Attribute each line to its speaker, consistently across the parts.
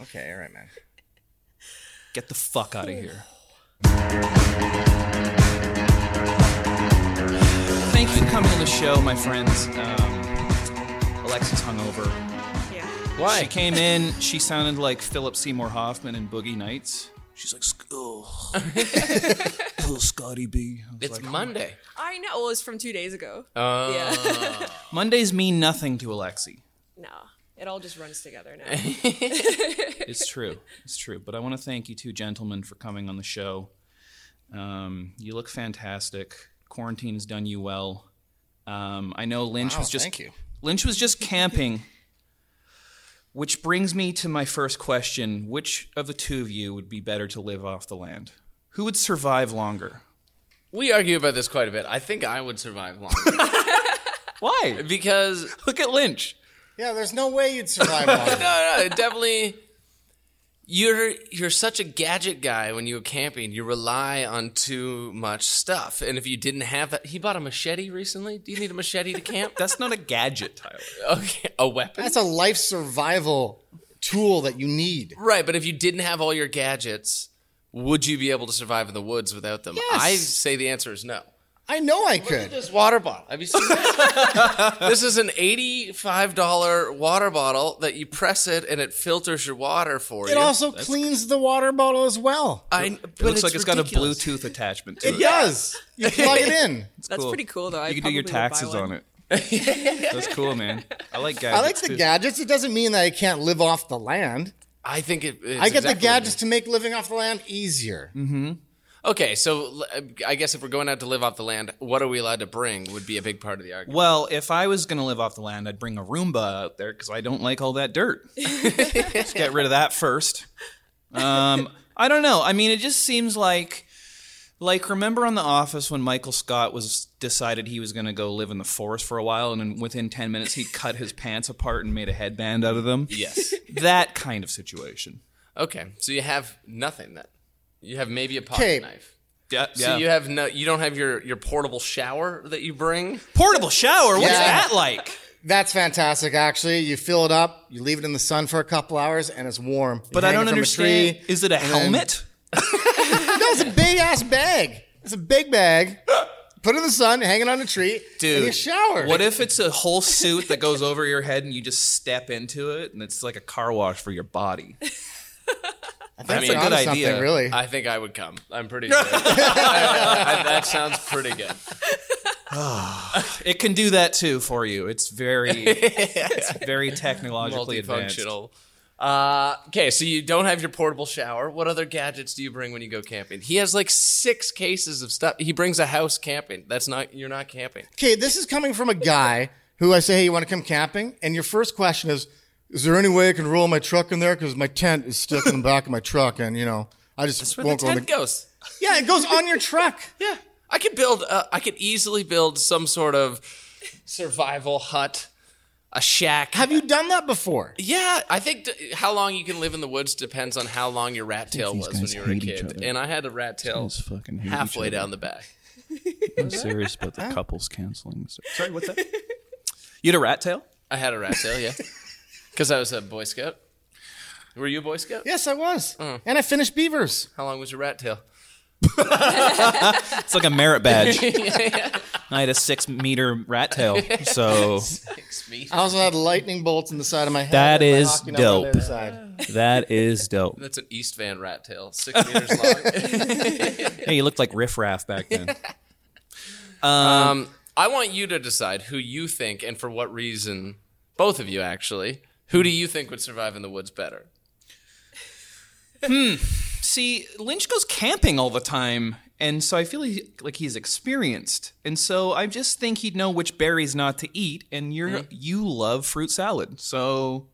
Speaker 1: Okay, all right, man.
Speaker 2: Get the fuck out of here. Thank you for coming on the show, my friends. Um, Alexis hungover.
Speaker 3: Yeah.
Speaker 2: She came in. She sounded like Philip Seymour Hoffman in Boogie Nights. She's like, "Sc- oh, little Scotty B. I was
Speaker 4: It's
Speaker 2: like,
Speaker 4: Monday.
Speaker 3: I know. Well, it's from two days ago.
Speaker 2: Oh.
Speaker 4: Uh,
Speaker 3: yeah.
Speaker 2: Mondays mean nothing to Alexi.
Speaker 3: no, it all just runs together now.
Speaker 2: It's true. It's true. But I want to thank you two gentlemen for coming on the show. Um, you look fantastic. Quarantine has done you well. Um, I know Lynch
Speaker 1: Wow,
Speaker 2: was just
Speaker 1: thank you.
Speaker 2: Lynch was just camping. Which brings me to my first question: Which of the two of you would be better to live off the land? Who would survive longer?
Speaker 4: We argue about this quite a bit. I think I would survive longer
Speaker 2: Why?
Speaker 4: because
Speaker 2: Look at Lynch.
Speaker 1: Yeah, there's no way you'd survive on that.
Speaker 4: no, no, it definitely. You're you're such a gadget guy when you're camping. You rely on too much stuff, and if you didn't have that, he bought a machete recently. Do you need a machete to camp?
Speaker 2: That's not a gadget, Tyler.
Speaker 4: okay, a weapon.
Speaker 1: That's a life survival tool that you need.
Speaker 4: Right, but if you didn't have all your gadgets, would you be able to survive in the woods without them? I say the answer is no.
Speaker 1: I know I could.
Speaker 4: This water bottle. Have you seen this? this is an eighty-five dollar water bottle that you press it and it filters your water for you.
Speaker 1: It also cleans the water bottle as well.
Speaker 4: I,
Speaker 2: It looks like it's got a Bluetooth attachment to it.
Speaker 1: It does. You plug it in.
Speaker 3: That's pretty cool, though.
Speaker 2: You
Speaker 3: I
Speaker 2: can do your
Speaker 3: probably would buy
Speaker 2: taxes
Speaker 3: one.
Speaker 2: on it. That's cool, man. I like
Speaker 1: I
Speaker 2: gadgets.
Speaker 1: like the
Speaker 2: too.
Speaker 1: gadgets. It doesn't mean that I can't live off the land.
Speaker 4: I think it. Mm-hmm. it's
Speaker 1: I get
Speaker 4: exactly
Speaker 1: the gadgets to make living off the land easier.
Speaker 4: Okay, so l- I guess if we're going out to live off the land, what are we allowed to bring? Would be a big part of the argument.
Speaker 2: Well, if I was going to live off the land, I'd bring a Roomba out there because I don't like all that dirt. Just get rid of that first. Um, I don't know. I mean, it just seems like, like remember on The Office when Michael Scott was decided he was going to go live in the forest for a while, and then within ten minutes he cut his pants apart and made a headband out of them.
Speaker 4: Yes.
Speaker 2: that kind of situation.
Speaker 4: Okay, so you have nothing then. You have maybe a pocket
Speaker 1: Okay.
Speaker 4: knife.
Speaker 2: Yeah.
Speaker 4: So you have no. You don't have your your portable shower that you bring.
Speaker 2: portable shower. What's
Speaker 1: Yeah.
Speaker 2: that like?
Speaker 1: That's fantastic, actually. You fill it up, you leave it in the sun for a couple hours, and it's warm. You
Speaker 2: But I
Speaker 1: hang it
Speaker 2: don't
Speaker 1: from a
Speaker 2: understand.
Speaker 1: tree,
Speaker 2: Is it a
Speaker 1: and then-
Speaker 2: helmet?
Speaker 1: No, it's a big ass bag. It's a big bag. Put it in the sun, hang it on a tree, and you shower.
Speaker 2: What if it's a whole suit that goes over your head and you just step into it and it's like a car wash for your body?
Speaker 1: I think
Speaker 4: I mean,
Speaker 1: we're
Speaker 4: a
Speaker 1: onto
Speaker 2: good idea.
Speaker 1: something, Really,
Speaker 4: I think I would come. I'm pretty sure. I- I- that sounds pretty good.
Speaker 2: It can do that too for you. It's very, it's very technologically advanced.
Speaker 4: Multifunctional. Uh, okay, so you don't have your portable shower. What other gadgets do you bring when you go camping? He has like six cases of stuff. He brings a house camping. That's not you're not camping.
Speaker 1: okay, this is coming from a guy who I say, "Hey, you want to come camping?" And your first question is, "Is there any way I can roll my truck in there? Because my tent is stuck in the back of my truck, and you know, I just won't go in the."
Speaker 4: Tent goes.
Speaker 1: Yeah, it goes on your truck.
Speaker 4: Yeah, I could build. Uh, I could easily build some sort of survival hut, a shack.
Speaker 1: Have you done that before?
Speaker 4: Yeah, I think d- how long you can live in the woods depends on how long your rat tail
Speaker 2: these
Speaker 4: was when
Speaker 2: guys
Speaker 4: you were a
Speaker 2: hate each
Speaker 4: kid.
Speaker 2: other.
Speaker 4: And I had a rat tail
Speaker 2: fucking
Speaker 4: halfway down the back.
Speaker 2: I'm serious about the couples canceling. Sorry, what's that? You had a rat tail?
Speaker 4: I had a rat tail, yeah, because I was a Boy Scout. Were you a Boy Scout?
Speaker 1: Yes, I was, and I finished beavers.
Speaker 4: How long was your rat tail?
Speaker 2: It's like a merit badge. I had a six meter rat tail, so
Speaker 1: I also had lightning bolts in the side of my head.
Speaker 2: That
Speaker 1: and my
Speaker 2: is
Speaker 1: hockey knife on the
Speaker 2: dope.
Speaker 1: other side.
Speaker 2: that is dope.
Speaker 4: That's an East Van rat tail, six meters long.
Speaker 2: Hey, you looked like Riff Raff back then.
Speaker 4: Um, I want you to decide who you think and for what reason. Both of you, actually. Who do you think would survive in the woods better?
Speaker 2: See, Lynch goes camping all the time, and so I feel he, like he's experienced. And so I just think he'd know which berries not to eat. And you're you love fruit salad, so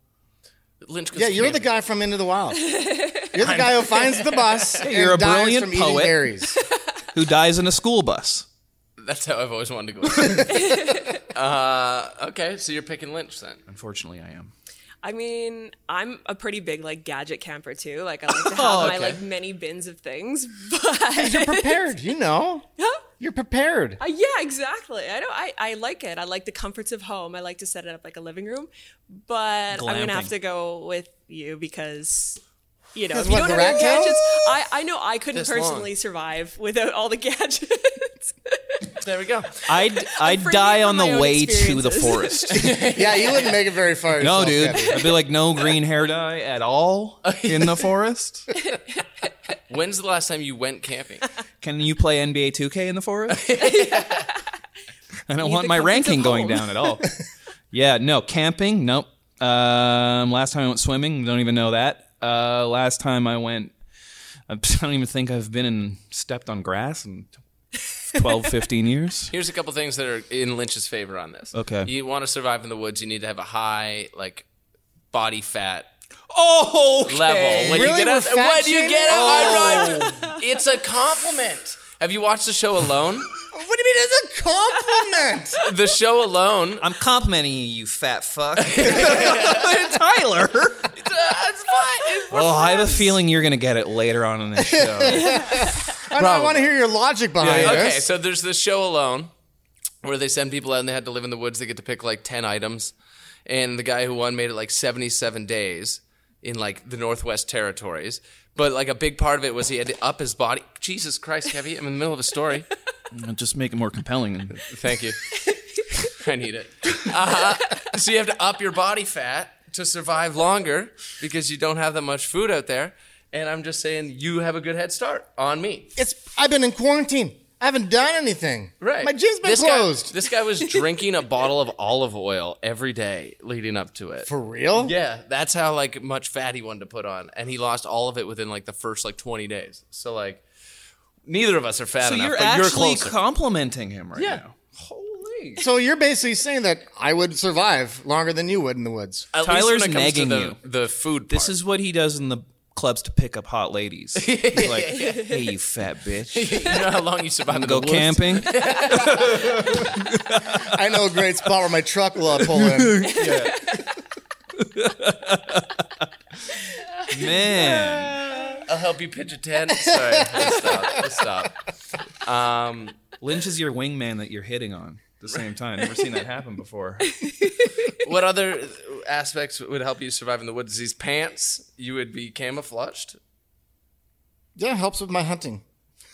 Speaker 4: Lynch. goes
Speaker 1: Yeah, you're the
Speaker 4: camping.
Speaker 1: guy from Into the Wild. You're the guy who finds the bus. and
Speaker 2: you're a
Speaker 1: dies
Speaker 2: brilliant
Speaker 1: from eating
Speaker 2: poet.
Speaker 1: berries.
Speaker 2: who dies in a school bus?
Speaker 4: That's how I've always wanted to go. uh, okay, so you're picking Lynch then.
Speaker 2: Unfortunately, I am.
Speaker 3: I mean, I'm a pretty big like gadget camper too. Like I like to have
Speaker 2: Oh,
Speaker 3: my
Speaker 2: okay.
Speaker 3: like many bins of things, but
Speaker 1: You're prepared, you know. You're prepared.
Speaker 3: Uh, yeah, exactly. I know. I, I like it. I like the comforts of home. I like to set it up like a living room, but I'm
Speaker 2: Glamping.
Speaker 3: gonna have to go with you because you know
Speaker 1: Because
Speaker 3: if you
Speaker 1: what,
Speaker 3: don't
Speaker 1: the
Speaker 3: have any
Speaker 1: rat tail?
Speaker 3: gadgets. I I know I couldn't
Speaker 4: This long.
Speaker 3: personally survive without all the gadgets.
Speaker 4: There we go.
Speaker 2: I'd I'd
Speaker 3: Afraid
Speaker 2: die
Speaker 3: from
Speaker 2: on the
Speaker 3: my own
Speaker 2: way to the
Speaker 3: experiences.
Speaker 2: forest.
Speaker 1: Yeah, you wouldn't make it very far.
Speaker 2: No,
Speaker 1: yourself,
Speaker 2: dude.
Speaker 1: Kathy.
Speaker 2: I'd be like, no green hair dye at all in the forest.
Speaker 4: When's the last time you went camping?
Speaker 2: Can you play NBA 2K in the forest? I don't want
Speaker 3: the
Speaker 2: my
Speaker 3: comforts
Speaker 2: ranking
Speaker 3: of
Speaker 2: going
Speaker 3: home.
Speaker 2: down at all. yeah, no camping. Nope. Um, last time I went swimming. Don't even know that. Uh, last time I went, I don't even think I've been and stepped on grass in 12, 15 years.
Speaker 4: Here's a couple things that are in Lynch's favor on this.
Speaker 2: Okay.
Speaker 4: You want to survive in the woods, you need to have a high like body fat
Speaker 2: Oh,
Speaker 4: level. When
Speaker 1: Really?
Speaker 4: you get
Speaker 1: We're
Speaker 4: out,
Speaker 1: fat Oh.
Speaker 4: when you
Speaker 1: shaming?
Speaker 4: get out, right, it's a compliment. Have you watched the show Alone?
Speaker 1: What do you mean? It's a compliment.
Speaker 4: the show Alone.
Speaker 2: I'm complimenting you, you fat fuck. Tyler.
Speaker 4: That's fine.
Speaker 2: Oh, I have a feeling you're gonna get it later on in this show.
Speaker 1: I, I want to hear your logic behind
Speaker 2: Yeah,
Speaker 4: Okay,
Speaker 1: this.
Speaker 4: so there's this show Alone where they send people out and they had to live in the woods. They get to pick like 10 items. And the guy who won made it like 77 days in like the Northwest Territories. But like a big part of it was he had to up his body. Jesus Christ, Kevy, I'm in the middle of a story.
Speaker 2: Just make it more compelling.
Speaker 4: Thank you. I need it. Uh, so you have to up your body fat to survive longer because you don't have that much food out there. And I'm just saying, you have a good head start on me.
Speaker 1: It's I've been in quarantine. I haven't done anything.
Speaker 4: Right.
Speaker 1: My gym's been
Speaker 4: This guy-
Speaker 1: closed.
Speaker 4: this guy was drinking a bottle of olive oil every day leading up to it.
Speaker 1: For real?
Speaker 4: yeah, that's how like much fat he wanted to put on, and he lost all of it within like the first like 20 days. So like, neither of us are fat
Speaker 2: So
Speaker 4: enough.
Speaker 2: you're
Speaker 4: but you're
Speaker 2: actually
Speaker 4: closer.
Speaker 2: complimenting him right
Speaker 4: Yeah.
Speaker 2: now. Holy.
Speaker 1: So you're basically saying that I would survive longer than you would in the woods.
Speaker 4: At least
Speaker 2: Tyler's
Speaker 4: when it comes to
Speaker 2: negging
Speaker 4: the,
Speaker 2: you.
Speaker 4: The food.
Speaker 2: This is what he does in the clubs to pick up hot ladies. He's like, hey, you fat bitch.
Speaker 4: you know how long you survive in
Speaker 2: Go
Speaker 4: the woods?
Speaker 2: camping.
Speaker 1: I know a great spot where my truck will pull in.
Speaker 2: Man.
Speaker 4: I'll help you pitch a tent. Sorry, let's stop. Let's stop. Um,
Speaker 2: Lynch is your wingman that you're hitting on at the same time. Never seen that happen before.
Speaker 4: what other aspects would help you survive in the woods? These pants, you would be camouflaged.
Speaker 1: Yeah, it helps with my hunting.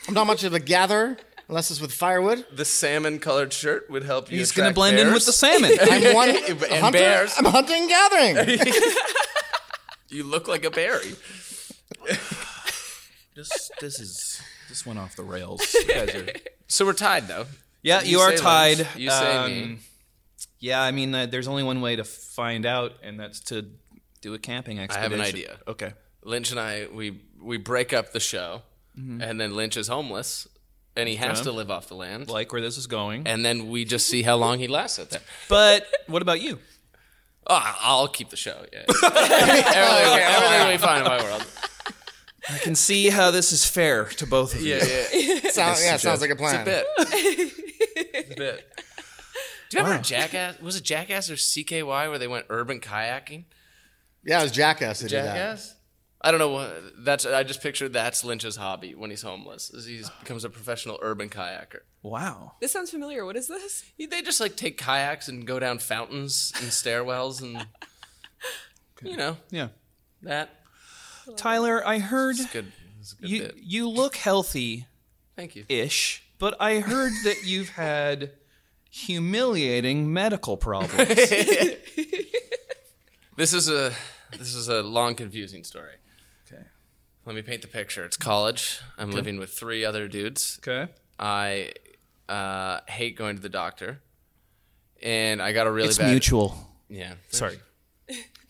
Speaker 1: I'm not much of a gatherer unless it's with firewood.
Speaker 4: The salmon-colored shirt would help you.
Speaker 2: He's going to
Speaker 4: attract
Speaker 2: blend in with the salmon.
Speaker 4: bears.
Speaker 1: I'm one a
Speaker 4: And
Speaker 1: hunter.
Speaker 4: bears.
Speaker 1: I'm hunting and gathering.
Speaker 4: You look like a berry.
Speaker 2: Just, this is. This went off the rails. You guys are-
Speaker 4: So we're tied though.
Speaker 2: yeah, you, are
Speaker 4: say
Speaker 2: tied.
Speaker 4: Lynch, You say me.
Speaker 2: Um, Yeah, I mean, uh, there's only one way to find out, and that's to do a camping
Speaker 4: I
Speaker 2: expedition.
Speaker 4: have an idea.
Speaker 2: Okay.
Speaker 4: Lynch and I we we break up the show,
Speaker 2: Mm-hmm.
Speaker 4: and then Lynch is homeless, and he has to live off the land.
Speaker 2: Like where this is going.
Speaker 4: and then we just see how long he lasts out there.
Speaker 2: But what about you?
Speaker 4: Oh, I'll keep the show. Yeah, everything, everything will be fine in my world.
Speaker 2: I can see how this is fair to both of you.
Speaker 4: Yeah, yeah.
Speaker 1: Sounds, yeah, sounds like a plan.
Speaker 4: bit. It's a bit. Do you remember Jackass? Was it Jackass or CKY where they went urban kayaking?
Speaker 1: Yeah, it was jackass that did that.
Speaker 4: Jackass. I don't know. what- That's I just pictured that's Lynch's hobby when he's homeless. Is he becomes a professional urban kayaker.
Speaker 2: Wow.
Speaker 3: this sounds familiar. What is this?
Speaker 4: They just like take kayaks and go down fountains and stairwells and you know
Speaker 2: Yeah.
Speaker 4: that.
Speaker 2: Tyler, I heard
Speaker 4: It's good. It's a good
Speaker 2: you
Speaker 4: bit.
Speaker 2: you look healthy
Speaker 4: Thank you.
Speaker 2: ish, but I heard that you've had humiliating medical problems.
Speaker 4: This is a this is a long confusing story.
Speaker 2: okay.
Speaker 4: Let me paint the picture. It's college. I'm living with three other dudes.
Speaker 2: Okay.
Speaker 4: I uh, hate going to the doctor, and I got a really
Speaker 2: It's
Speaker 4: bad.
Speaker 2: mutual.
Speaker 4: Yeah,
Speaker 2: Sorry.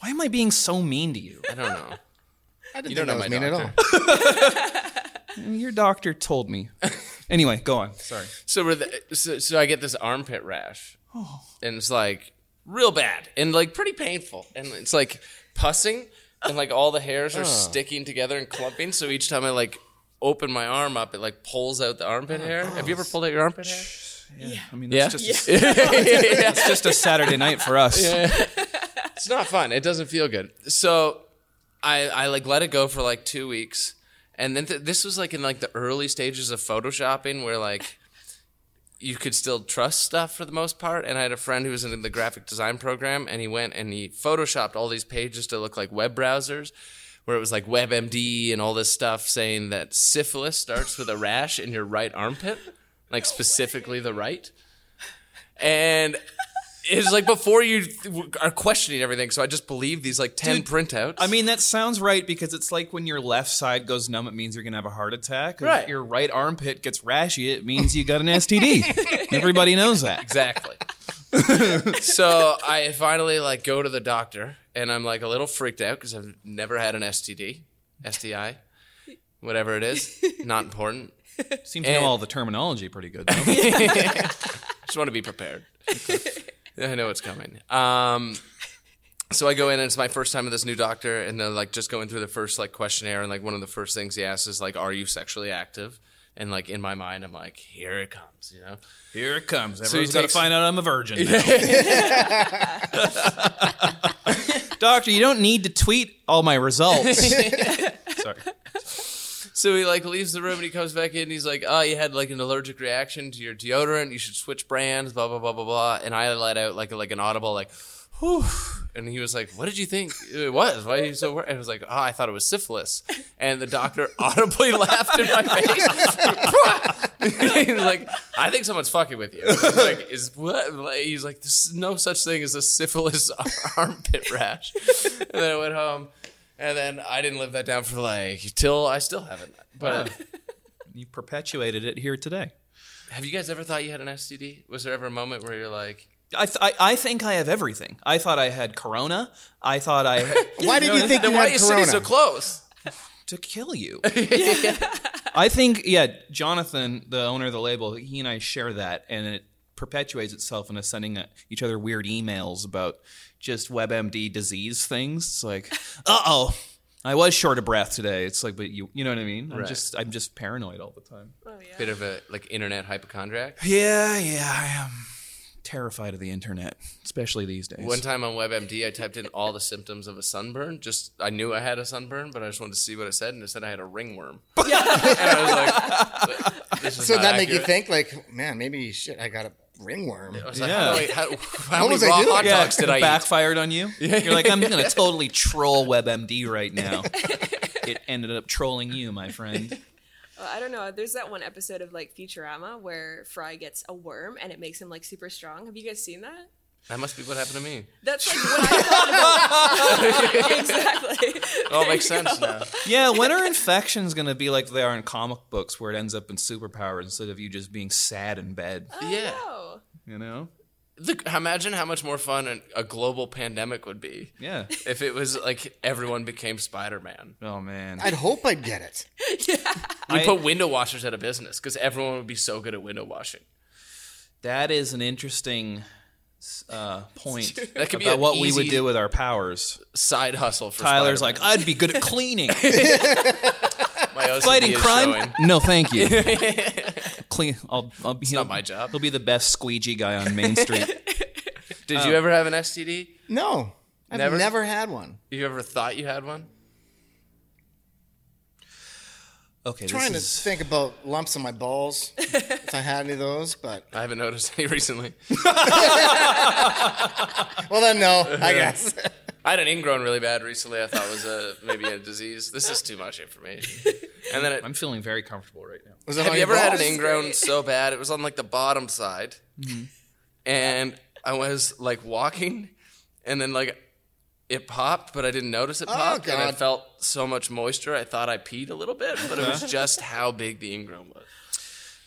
Speaker 2: Why am I being so mean to you?
Speaker 4: I don't know.
Speaker 1: I didn't
Speaker 4: You don't know
Speaker 1: think
Speaker 4: my
Speaker 1: that was mean at all.
Speaker 4: doctor.
Speaker 2: Your doctor told me. Anyway, go on. Sorry.
Speaker 4: So we're the, so, so I get this armpit rash,
Speaker 1: Oh.
Speaker 4: and it's like real bad and like pretty painful, and it's like pussing, and like all the hairs are sticking together and clumping. So each time I like open my arm up, it like pulls out the armpit hair. Have you ever pulled out your armpit hair?
Speaker 2: I mean,
Speaker 4: Yeah.
Speaker 2: that's just,
Speaker 4: Yeah.
Speaker 2: it's just a Saturday night for us.
Speaker 4: it's not fun. It doesn't feel good. So I, I like let it go for like two weeks, and then th- this was like in like the early stages of photoshopping, where like you could still trust stuff for the most part. And I had a friend who was in the graphic design program, and he went and he photoshopped all these pages to look like web browsers, where it was like WebMD and all this stuff saying that syphilis starts with a rash in your right armpit, like specifically the right. And it's like before you th- are questioning everything, so I just believe these like ten
Speaker 2: Dude,
Speaker 4: printouts.
Speaker 2: I mean, that sounds right because it's like when your left side goes numb, it means you're gonna have a heart attack. Or
Speaker 4: Right.
Speaker 2: If your right armpit gets rashy, it means you got an STD. Everybody knows that.
Speaker 4: exactly. so I finally like go to the doctor, and I'm like a little freaked out because I've never had an STD, STI, whatever it is. Not important.
Speaker 2: Seems to know
Speaker 4: And-
Speaker 2: all the terminology pretty good. Though.
Speaker 4: Just want to be prepared. I know it's coming. Um, so I go in, and it's my first time with this new doctor, and they're like just going through the first like questionnaire, and like one of the first things he asks is like, "Are you sexually active?" And like in my mind, I'm like, "Here it comes," you know.
Speaker 2: Here it comes.
Speaker 4: he
Speaker 2: Everyone's got to
Speaker 4: takes-
Speaker 2: find out I'm a virgin. now. Doctor, you don't need to tweet all my results. Sorry.
Speaker 4: So he like leaves the room and he comes back in. And he's like, "Oh, you had like an allergic reaction to your deodorant. You should switch brands." Blah blah blah blah blah. And I let out like like an audible like, "Whew!" And he was like, "What did you think it was? Why are you so?" Worried? And I was like, "Oh, I thought it was syphilis." And the doctor audibly laughed in my face. he's like, "I think someone's fucking with you." I was like, is what? Like, He's like, "There's no such thing as a syphilis armpit rash." And then I went home. And then I didn't live that down for like till I still haven't. But
Speaker 2: You perpetuated it here today.
Speaker 4: have you guys ever thought you had an STD? Was there ever a moment where you're like,
Speaker 2: I, th- I, I think I have everything. I thought I had corona. I thought I had
Speaker 1: Why did you think
Speaker 4: then
Speaker 1: you
Speaker 4: why are
Speaker 1: had
Speaker 4: you
Speaker 1: corona?
Speaker 4: sitting so close?
Speaker 2: to kill you. I think, yeah, Jonathan, the owner of the label, he and I share that, and it perpetuates itself in us sending uh, each other weird emails about just WebMD disease things. It's like, uh oh, I was short of breath today. It's like, but you, you know what I mean? I'm
Speaker 4: Right.
Speaker 2: just, I'm just paranoid all the time.
Speaker 3: Oh yeah.
Speaker 4: Bit of a like internet hypochondriac.
Speaker 2: Yeah, yeah, I am terrified of the internet, especially these days.
Speaker 4: One time on WebMD, I typed in all the symptoms of a sunburn. Just I knew I had a sunburn, but I just wanted to see what it said, and it said I had a ringworm. and I was like, this is
Speaker 1: So
Speaker 4: not
Speaker 1: that make you
Speaker 4: accurate.
Speaker 1: think like, man, maybe shit, I got a ringworm.
Speaker 4: I was like,
Speaker 2: Yeah.
Speaker 4: how, do I- how, how
Speaker 1: What
Speaker 4: many
Speaker 1: was I
Speaker 4: raw
Speaker 1: doing?
Speaker 4: hot
Speaker 2: yeah,
Speaker 4: dogs did I eat?
Speaker 2: backfired on you. You're like, I'm gonna totally troll WebMD right now. it ended up trolling you, my friend.
Speaker 3: Well, Oh, I don't know. There's that one episode of like Futurama where Fry gets a worm and it makes him like super strong. Have you guys seen that?
Speaker 4: That must be what happened to me.
Speaker 3: That's like what I thought about. exactly.
Speaker 4: It all makes sense now.
Speaker 2: Yeah, when are infections gonna be like they are in comic books, where it ends up in superpowers instead of you just being sad in bed?
Speaker 4: Yeah.
Speaker 3: Oh,
Speaker 2: You know?
Speaker 4: Look, imagine how much more fun an, a global pandemic would be.
Speaker 2: Yeah.
Speaker 4: if it was like everyone became Spider Man.
Speaker 2: Oh man.
Speaker 1: I'd hope I'd get it.
Speaker 4: We
Speaker 2: I-
Speaker 4: put window washers out of business because everyone would be so good at window washing.
Speaker 2: That is an interesting uh, point
Speaker 4: That could be
Speaker 2: about
Speaker 4: an
Speaker 2: what we would
Speaker 4: easy-
Speaker 2: do with our powers.
Speaker 4: Side hustle for
Speaker 2: Tyler's
Speaker 4: Spider-Man.
Speaker 2: like, I'd be good at cleaning.
Speaker 4: My OCD
Speaker 2: fighting
Speaker 4: is
Speaker 2: crime?
Speaker 4: showing.
Speaker 2: No, thank you. Clean. I'll. I'll be.
Speaker 4: not my job.
Speaker 2: He'll be the best squeegee guy on Main Street.
Speaker 4: Did
Speaker 2: Oh.
Speaker 4: you ever have an STD?
Speaker 1: No, I've
Speaker 4: Never?
Speaker 1: never, had one.
Speaker 4: You ever thought you had one?
Speaker 2: Okay, this
Speaker 1: trying to
Speaker 2: is-
Speaker 1: think about lumps in my balls if I had any of those, but
Speaker 4: I haven't noticed any recently.
Speaker 1: well then no, I guess.
Speaker 4: I had an ingrown really bad recently. I thought was a maybe a disease. This is too much information. And then it,
Speaker 2: I'm feeling very comfortable right now.
Speaker 1: Was it
Speaker 4: Have
Speaker 1: on
Speaker 4: you
Speaker 1: your
Speaker 4: ever had an Mm-hmm.
Speaker 1: balls?
Speaker 4: ingrown so bad? It was on like the bottom side, and I was like walking, and then like it popped, but I didn't notice it popped, and I
Speaker 1: God.
Speaker 4: felt so much moisture. I thought I peed a little bit, but it was just how big the ingrown was.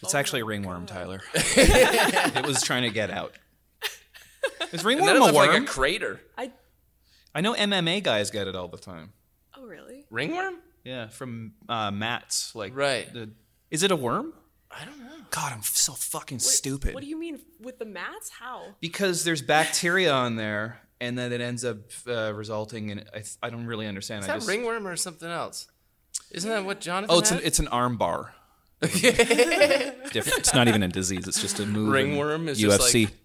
Speaker 2: It's actually a ringworm, Tyler. it was trying to get out. Is
Speaker 4: And then
Speaker 2: ringworm
Speaker 4: it
Speaker 2: a
Speaker 4: looked
Speaker 2: worm?
Speaker 4: like a crater.
Speaker 3: I.
Speaker 2: I know MMA guys get it all the time.
Speaker 3: Oh really?
Speaker 4: Ringworm?
Speaker 2: Yeah, from uh, mats. Like
Speaker 4: Right.
Speaker 2: The, is it a worm?
Speaker 4: I don't know.
Speaker 2: God, I'm so fucking stupid.
Speaker 3: What do you mean with the mats? How?
Speaker 2: because there's bacteria on there, and then it ends up uh, resulting in. I, I don't really understand.
Speaker 4: Is
Speaker 2: I
Speaker 4: that
Speaker 2: just,
Speaker 4: ringworm or something else? Isn't that what Jonathan?
Speaker 2: Oh, it's an,
Speaker 4: had?
Speaker 2: it's an arm bar. Different. It's not even a disease. It's just a move. in
Speaker 4: Ringworm is just
Speaker 2: UFC.
Speaker 4: like-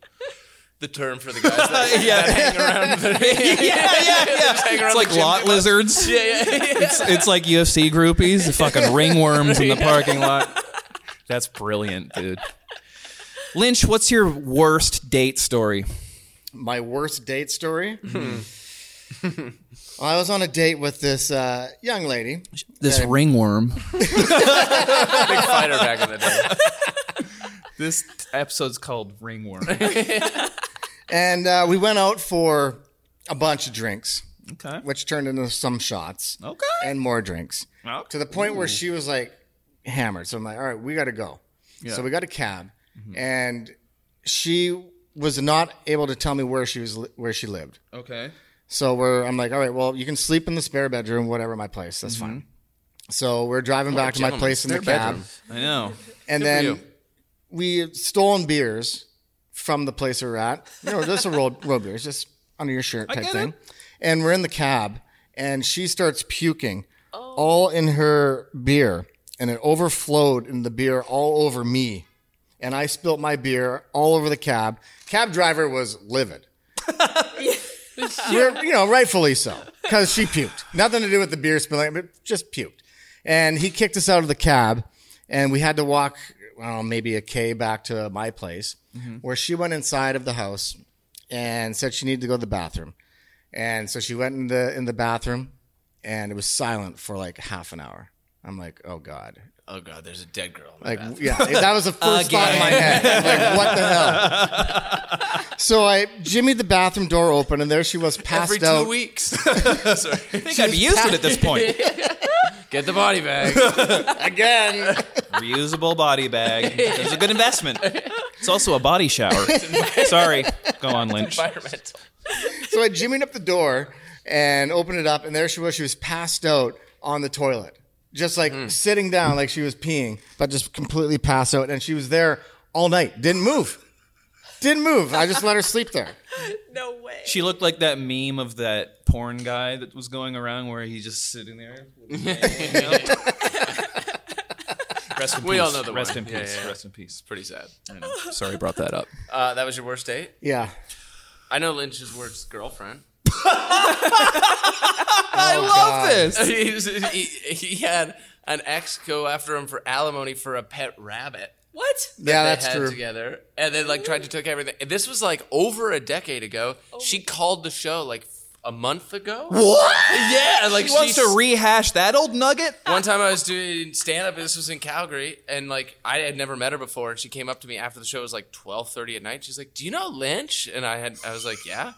Speaker 4: the term for the guys that
Speaker 2: yeah,
Speaker 4: hang around.
Speaker 2: yeah, yeah, yeah.
Speaker 4: hang around
Speaker 2: It's like
Speaker 4: the gym
Speaker 2: lot
Speaker 4: too much.
Speaker 2: lizards.
Speaker 4: yeah, yeah, yeah.
Speaker 2: It's, it's like UFC groupies. The fucking ringworms in the parking lot. That's brilliant, dude. Lynch, what's your worst date story?
Speaker 1: my worst date story.
Speaker 4: Hmm.
Speaker 1: I was on a date with this uh, young lady.
Speaker 2: This ringworm.
Speaker 4: Big fighter back in the day.
Speaker 2: this episode's called Ringworm.
Speaker 1: And uh, we went out for a bunch of drinks,
Speaker 2: Okay.
Speaker 1: which turned into some shots
Speaker 4: Oh.
Speaker 2: Okay.
Speaker 1: and more drinks
Speaker 2: Okay.
Speaker 1: to the point where she was like hammered. So I'm like, all right, we got to go. So we got a cab,
Speaker 4: Mm-hmm.
Speaker 1: and she was not able to tell me where she was li- where she lived.
Speaker 2: Okay.
Speaker 1: So we're I'm like, all right, well, you can sleep in the spare bedroom, whatever my place. That's
Speaker 4: Mm-hmm.
Speaker 1: fine. So we're driving back to my
Speaker 4: gentlemen,
Speaker 1: place in the
Speaker 4: spare
Speaker 1: cab.
Speaker 4: bedroom.
Speaker 2: I know.
Speaker 1: And then we had stolen beers from the place we were at. You know, just a road, road beers, just under your shirt type
Speaker 2: get
Speaker 1: thing. And we're in the cab, and she starts puking all in her beer, and it overflowed in the beer all over me. And I spilt my beer all over the cab. Cab driver was livid. We're- you know, rightfully so, because she puked. Nothing to do with the beer spilling, but just puked. And he kicked us out of the cab, and we had to walk, well, maybe a K back to my place, where she went inside of the house and said she needed to go to the bathroom. And so she went in the in the bathroom, and it was silent for like half an hour. I'm like, oh god,
Speaker 4: Oh god, there's a dead girl. in the
Speaker 1: like,
Speaker 4: bathroom.
Speaker 1: yeah, that was the first thought in my head. Like, what the hell? So I jimmied the bathroom door open, and there she was, passed
Speaker 4: every two
Speaker 1: out.
Speaker 4: weeks.
Speaker 2: I think I'd be used to it at this point.
Speaker 4: Get the body bag again.
Speaker 2: Reusable body bag. It's a good investment. It's also a body shower. Sorry. Go on, Lynch.
Speaker 4: Environment.
Speaker 1: So I jimmied up the door and opened it up, and there she was. She was passed out on the toilet, just like sitting down, like she was peeing, but just completely passed out. And she was there all night, didn't move, didn't move. I just let her sleep there.
Speaker 3: No way.
Speaker 2: She looked like that meme of that porn guy that was going around where he's just sitting there. with his hand hanging out. Rest in
Speaker 4: We
Speaker 2: peace.
Speaker 4: all know the
Speaker 2: Rest
Speaker 4: one.
Speaker 2: in
Speaker 4: Yeah,
Speaker 2: peace.
Speaker 4: yeah.
Speaker 2: Rest in peace.
Speaker 4: Pretty sad.
Speaker 2: I know. Sorry, I brought that up.
Speaker 4: Uh, that was your worst date.
Speaker 1: Yeah.
Speaker 4: I know Lynch's worst girlfriend.
Speaker 1: I love
Speaker 4: he, he, he had an ex go after him for alimony for a pet rabbit.
Speaker 3: What?
Speaker 1: Yeah,
Speaker 4: they
Speaker 1: that's
Speaker 4: had
Speaker 1: true.
Speaker 4: Together, and then like tried to take everything. And this was like over a decade ago. She called the show like f- a month ago.
Speaker 2: What?
Speaker 4: Yeah, like
Speaker 2: She wants
Speaker 4: she
Speaker 2: to rehash that old nugget?
Speaker 4: One time I was doing stand up, this was in Calgary, and like I had never met her before, and she came up to me after the show. It was like twelve thirty at night. She's like, "Do you know Lynch?" And I had, I was like, "Yeah."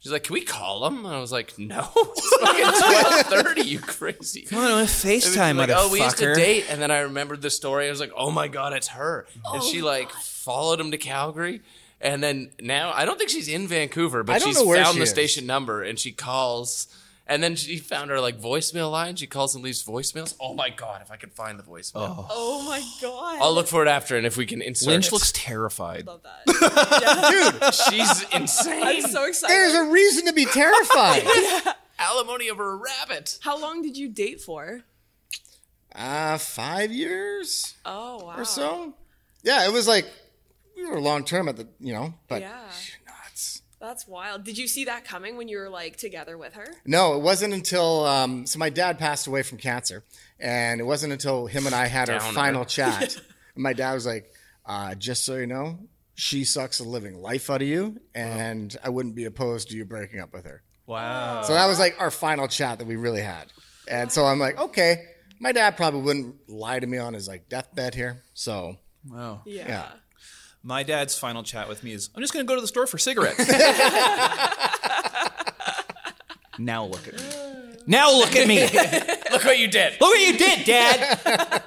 Speaker 4: She's like, "Can we call him?" And I was like, "No, it's fucking twelve thirty. You crazy."
Speaker 2: I don't FaceTime,
Speaker 4: like, oh, we used to
Speaker 2: motherfucker.
Speaker 4: date, and then I remembered the story. I was like, oh my god, it's her. And she like followed him to Calgary, and then now I don't think she's in Vancouver,
Speaker 1: I
Speaker 4: but
Speaker 1: don't
Speaker 4: she's
Speaker 1: know where
Speaker 4: found
Speaker 1: she
Speaker 4: the
Speaker 1: is.
Speaker 4: station number, and she calls. And then she found her like voicemail line. She calls and leaves voicemails. Oh my god! If I could find the voicemail,
Speaker 3: Oh my god.
Speaker 4: I'll look for it after, and if we can insert,
Speaker 2: Lynch
Speaker 4: it.
Speaker 2: looks terrified.
Speaker 3: love that. Yeah.
Speaker 4: She's insane.
Speaker 3: I'm so excited.
Speaker 1: There's a reason to be terrified.
Speaker 4: Alimony over a rabbit.
Speaker 3: How long did you date for?
Speaker 1: uh, five years
Speaker 3: Oh wow.
Speaker 1: or so. Yeah, it was like we were long term at the, you know, but
Speaker 3: Yeah.
Speaker 1: nuts.
Speaker 3: That's wild. Did you see that coming when you were like together with her?
Speaker 1: No, it wasn't until um, so my dad passed away from cancer, and it wasn't until him and I had our
Speaker 4: Downer.
Speaker 1: final chat. my dad was like, uh, "Just so you know, she sucks the living life out of you, and I wouldn't be opposed to you breaking up with her."
Speaker 2: Wow.
Speaker 1: So that was like our final chat that we really had, and so I'm like, okay, my dad probably wouldn't lie to me on his like deathbed here, so
Speaker 2: Wow.
Speaker 3: Yeah.
Speaker 1: Yeah.
Speaker 2: My dad's final chat with me is, I'm just going to go to the store for cigarettes. now look at me. Now look at me. look
Speaker 4: Look what you did.
Speaker 2: what you did, Dad.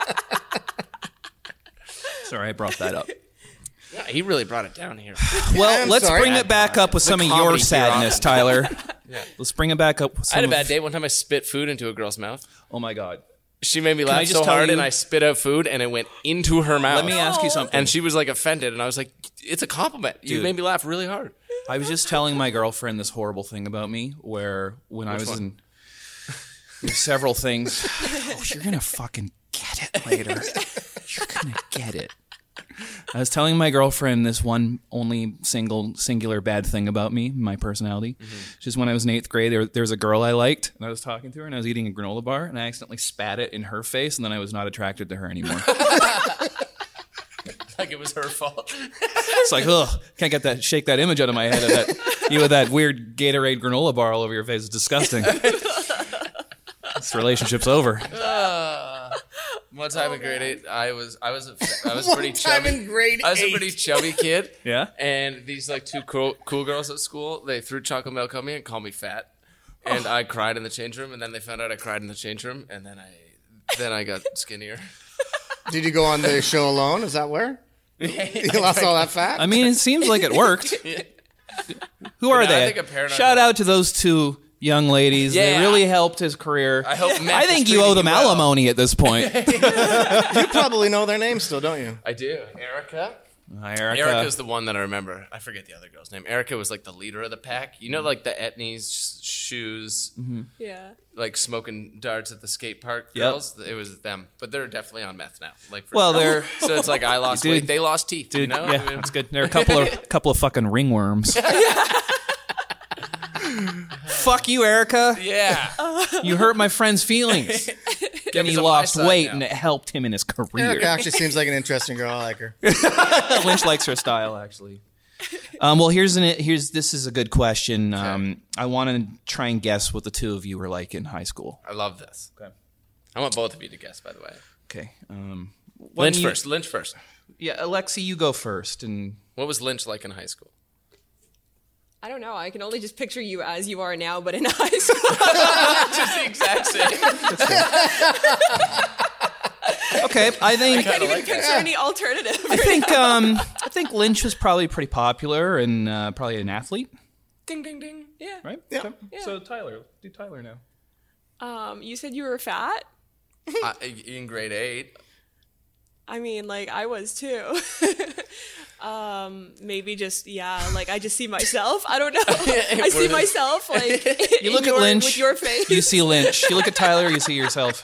Speaker 2: Sorry, I brought that up.
Speaker 4: Yeah, he really brought it down here.
Speaker 2: Well,
Speaker 1: I'm
Speaker 2: let's
Speaker 1: sorry.
Speaker 2: bring it back up with some of
Speaker 4: comedy
Speaker 2: your
Speaker 4: here
Speaker 2: sadness,
Speaker 4: on-
Speaker 2: Tyler. Let's bring it back up with
Speaker 4: I
Speaker 2: some
Speaker 4: had a bad
Speaker 2: of-
Speaker 4: day. One time I spit food into a girl's mouth.
Speaker 2: Oh, my God.
Speaker 4: She made me
Speaker 2: I
Speaker 4: laugh
Speaker 2: just
Speaker 4: so
Speaker 2: tell
Speaker 4: hard,
Speaker 2: you-
Speaker 4: and I spit out food, and it went into her mouth.
Speaker 2: Let me ask you
Speaker 3: No.
Speaker 2: something.
Speaker 4: And she was like offended, and I was like, "It's a compliment. You
Speaker 2: Dude.
Speaker 4: made me laugh really hard."
Speaker 2: I was just telling my girlfriend this horrible thing about me, where when I was
Speaker 4: one?
Speaker 2: in there's several things, oh, you're gonna fucking get it later. You're gonna get it. I was telling my girlfriend this one only single singular bad thing about me, my personality. Just when I was in eighth grade, there, there was a girl I liked, and I was talking to her, and I was eating a granola bar, and I accidentally spat it in her face, and then I was not attracted to her anymore.
Speaker 4: like it was her fault.
Speaker 2: It's like, ugh, can't get that, shake that image out of my head of that, you with that weird Gatorade granola bar all over your face. It's disgusting. this relationship's over.
Speaker 4: One time in grade eight, I was I was a, I was
Speaker 1: One
Speaker 4: pretty
Speaker 1: time
Speaker 4: chubby.
Speaker 1: in grade
Speaker 4: I was
Speaker 1: eight.
Speaker 4: a pretty chubby kid.
Speaker 2: Yeah?
Speaker 4: And these like two cool, cool girls at school, they threw chocolate milk at me and called me fat. And I cried in the change room, and then they found out I cried in the change room, and then I then I got skinnier.
Speaker 1: Did you go on the show alone? Is that where? You lost all that fat?
Speaker 2: I mean, it seems like it worked. Who are
Speaker 4: now I
Speaker 2: they?
Speaker 4: think a parent-
Speaker 2: Shout out to those two young ladies.
Speaker 4: Yeah.
Speaker 2: They really helped his career.
Speaker 4: I hope. Matt
Speaker 2: I
Speaker 4: is
Speaker 2: think you
Speaker 4: treating
Speaker 2: owe them
Speaker 4: well.
Speaker 2: alimony at this point.
Speaker 1: you probably know their names still, don't you?
Speaker 4: I do. Erica.
Speaker 2: Hi, Erica.
Speaker 4: Erica's the one that I remember. I forget the other girl's name. Erica was like the leader of the pack. You
Speaker 2: Mm-hmm.
Speaker 4: know, like the Etnies shoes,
Speaker 3: Yeah.
Speaker 4: like smoking darts at the skate park
Speaker 2: Yep.
Speaker 4: girls. It was them, but they're definitely on meth now. Like, for
Speaker 2: Well,
Speaker 4: sure.
Speaker 2: they're-
Speaker 4: so it's like I lost
Speaker 2: Dude.
Speaker 4: weight, they lost teeth. you
Speaker 2: Dude,
Speaker 4: know?
Speaker 2: yeah,
Speaker 4: I mean,
Speaker 2: that's good. There are a couple of couple of fucking ringworms. Fuck you, Erica.
Speaker 4: yeah.
Speaker 2: You hurt my friend's feelings.
Speaker 4: Give
Speaker 2: And
Speaker 4: me
Speaker 2: he
Speaker 4: some of my
Speaker 2: lost
Speaker 4: side
Speaker 2: weight,
Speaker 4: now.
Speaker 2: and it helped him in his career.
Speaker 1: Erica actually seems like an interesting girl. I like her.
Speaker 2: Lynch likes her style, actually. Um, well, here's an here's this is a good question. Um, I want to try and guess what the two of you were like in high school.
Speaker 4: I love this.
Speaker 2: Okay.
Speaker 4: I want both of you to guess, by the way.
Speaker 2: Okay. Um, why
Speaker 4: Lynch
Speaker 2: don't you-
Speaker 4: first. Lynch first.
Speaker 2: Yeah, Alexi, you go first, and
Speaker 4: What was Lynch like in high school?
Speaker 3: I don't know. I can only just picture you as you are now, but in high school.
Speaker 4: Just the exact same.
Speaker 2: okay, I think
Speaker 3: I can't even picture any alternative.
Speaker 2: I think um, I think Lynch was probably pretty popular and uh, probably an athlete,
Speaker 4: ding, ding, ding.
Speaker 3: Yeah.
Speaker 2: right?
Speaker 1: Yeah.
Speaker 2: So, so Tyler, do Tyler now?
Speaker 3: Um, you said you were fat.
Speaker 4: Uh, in grade eight.
Speaker 3: I mean, like I was too. um, maybe just yeah, like I just see myself. I don't know. I see myself like
Speaker 2: You look
Speaker 3: in
Speaker 2: at
Speaker 3: your-
Speaker 2: Lynch
Speaker 3: with your face.
Speaker 2: You see Lynch. You look at Tyler. You see yourself.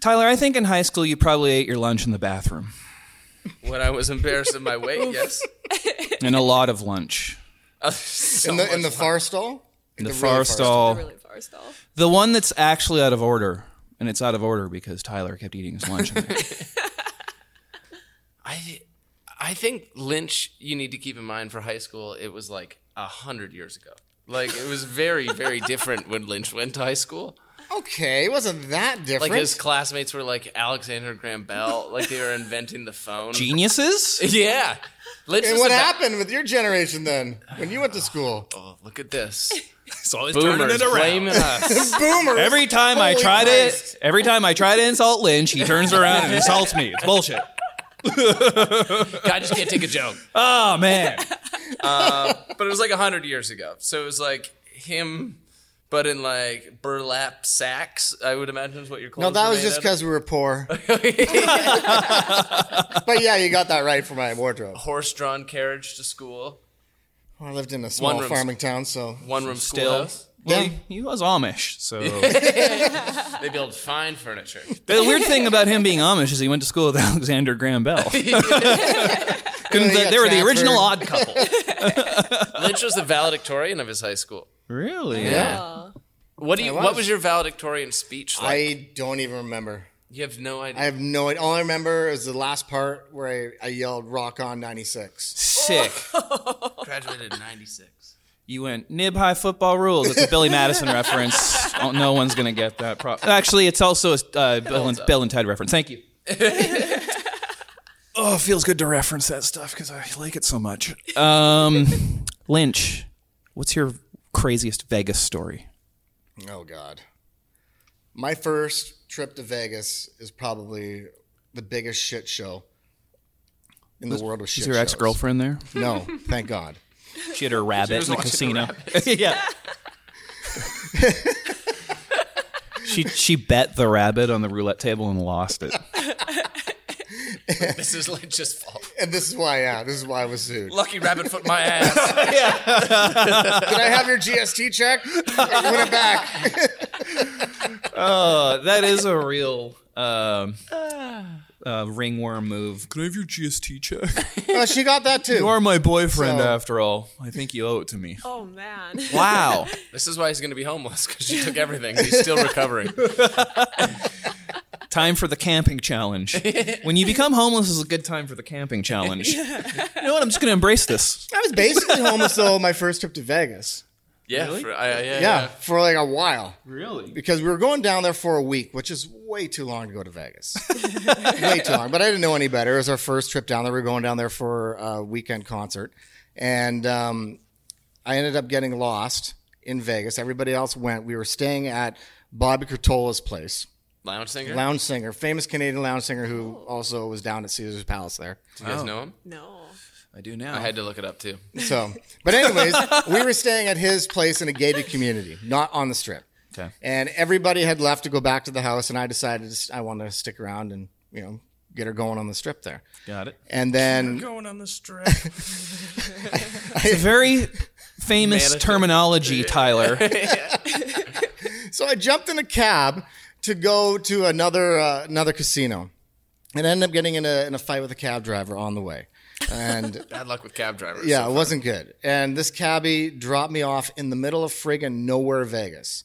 Speaker 2: Tyler, I think in high school you probably ate your lunch in the bathroom,
Speaker 4: When I was embarrassed of my weight, yes.
Speaker 2: and a lot of lunch.
Speaker 4: So
Speaker 1: In the,
Speaker 4: much
Speaker 1: in the far stall? In
Speaker 2: The,
Speaker 1: really
Speaker 2: far stall,
Speaker 3: Really far still.
Speaker 2: the one that's actually out of order, and it's out of order because Tyler kept eating his lunch. in there.
Speaker 4: I I think Lynch you need to keep in mind for high school it was like a hundred years ago. Like it was very very different when Lynch went to high school.
Speaker 1: Okay, it wasn't that different.
Speaker 4: Like his classmates were like Alexander Graham Bell, like they were inventing the phone.
Speaker 2: Geniuses.
Speaker 4: Yeah, Lynch.
Speaker 1: and
Speaker 4: was
Speaker 1: what
Speaker 4: about-
Speaker 1: happened with your generation then when you went to school?
Speaker 4: Oh, look at this.
Speaker 2: It's always
Speaker 4: Boomers blaming us.
Speaker 1: Boomers.
Speaker 2: Every time I
Speaker 1: Holy
Speaker 2: try to
Speaker 1: Christ.
Speaker 2: every time I try to insult Lynch, he turns around and insults me. It's bullshit.
Speaker 4: I just can't take a joke.
Speaker 2: Oh man.
Speaker 4: But it was like a hundred years ago, so it was like him, but in like burlap sacks. I would imagine is what you're.
Speaker 1: No, that was just because we were poor. but yeah, you got that right for my wardrobe.
Speaker 4: horse-drawn carriage to school,
Speaker 1: I lived in a small
Speaker 4: room.
Speaker 1: farming town, so
Speaker 4: one-room
Speaker 2: Still.
Speaker 4: schoolhouse.
Speaker 2: Well,
Speaker 1: Yeah.
Speaker 2: he, he was Amish, so
Speaker 4: They build fine furniture.
Speaker 2: the weird thing about him being Amish is he went to school with Alexander Graham Bell. Couldn't-
Speaker 1: got
Speaker 2: they were the
Speaker 1: transferred.
Speaker 2: original odd couple.
Speaker 4: Lynch was the valedictorian of his high school.
Speaker 2: Really?
Speaker 3: Oh.
Speaker 4: What do you?
Speaker 1: I was.
Speaker 4: What was your valedictorian speech like?
Speaker 1: I don't even remember.
Speaker 4: you have no idea.
Speaker 1: I have no idea. All I remember is the last part where I, I yelled "Rock on '96."
Speaker 2: Sick.
Speaker 4: graduated in '96.
Speaker 2: You went nib high football rules. It's a Billy Madison reference. Oh, no one's gonna get that. Pro- Actually, it's also a uh, Bill, and, Bill and Ted reference. Thank you. oh, it feels good to reference that stuff because I like it so much. Um, Lynch, what's your craziest Vegas story?
Speaker 1: Oh God! My first trip to Vegas is probably the biggest shit show in the world of shit.
Speaker 2: Is your
Speaker 1: shows.
Speaker 2: ex girlfriend there?
Speaker 1: No, thank God.
Speaker 2: She had her rabbit in the casino. yeah. she she bet the rabbit on the roulette table and lost it.
Speaker 4: This is Lynch's fault.
Speaker 1: And this is why, yeah, this is why I was sued.
Speaker 4: Lucky rabbit foot my ass.
Speaker 1: Did I have your GST check? I went it back.
Speaker 2: Uh, that is a real um, uh, ringworm move. Can I have your GST check?
Speaker 1: Oh, she got that too.
Speaker 2: you are my boyfriend,
Speaker 1: So-
Speaker 2: after all. I think you owe it to me.
Speaker 3: Oh, man.
Speaker 2: Wow.
Speaker 4: this is why he's going to be homeless because she took everything. He's still recovering.
Speaker 2: Time for the camping challenge. when you become homeless is a good time for the camping challenge. You know what? I'm just going to embrace this.
Speaker 1: I was basically homeless though my first trip to Vegas.
Speaker 4: Yeah, for, I, I- yeah,
Speaker 1: Yeah,
Speaker 4: yeah.
Speaker 1: for like a while
Speaker 2: Really?
Speaker 1: because we were going down there for a week, which is way too long to go to Vegas. way too long. But I didn't know any better. It was our first trip down there. We were going down there for a weekend concert, and um, I ended up getting lost in Vegas. Everybody else went. We were staying at Bobby Curtola's place.
Speaker 4: Lounge singer.
Speaker 1: Lounge singer, famous Canadian lounge singer who also was down at Caesar's Palace there.
Speaker 4: Do you guys know him?
Speaker 3: No.
Speaker 2: I do now.
Speaker 4: I had to look it up too.
Speaker 1: So, but anyways, we were staying at his place in a gated community, not on the strip.
Speaker 2: Okay.
Speaker 1: And everybody had left to go back to the house, and I decided to, s- I wanted to stick around and you know get her going on the strip there.
Speaker 2: Got it.
Speaker 1: And then
Speaker 2: Going on the strip. it's a very famous
Speaker 4: Manatee.
Speaker 2: terminology, Tyler.
Speaker 1: So I jumped in a cab to go to another uh, another casino, and I ended up getting in a in a fight with a cab driver on the way. And
Speaker 4: Bad luck with cab drivers.
Speaker 1: yeah, it wasn't good. And this cabbie dropped me off in the middle of friggin' nowhere, Vegas.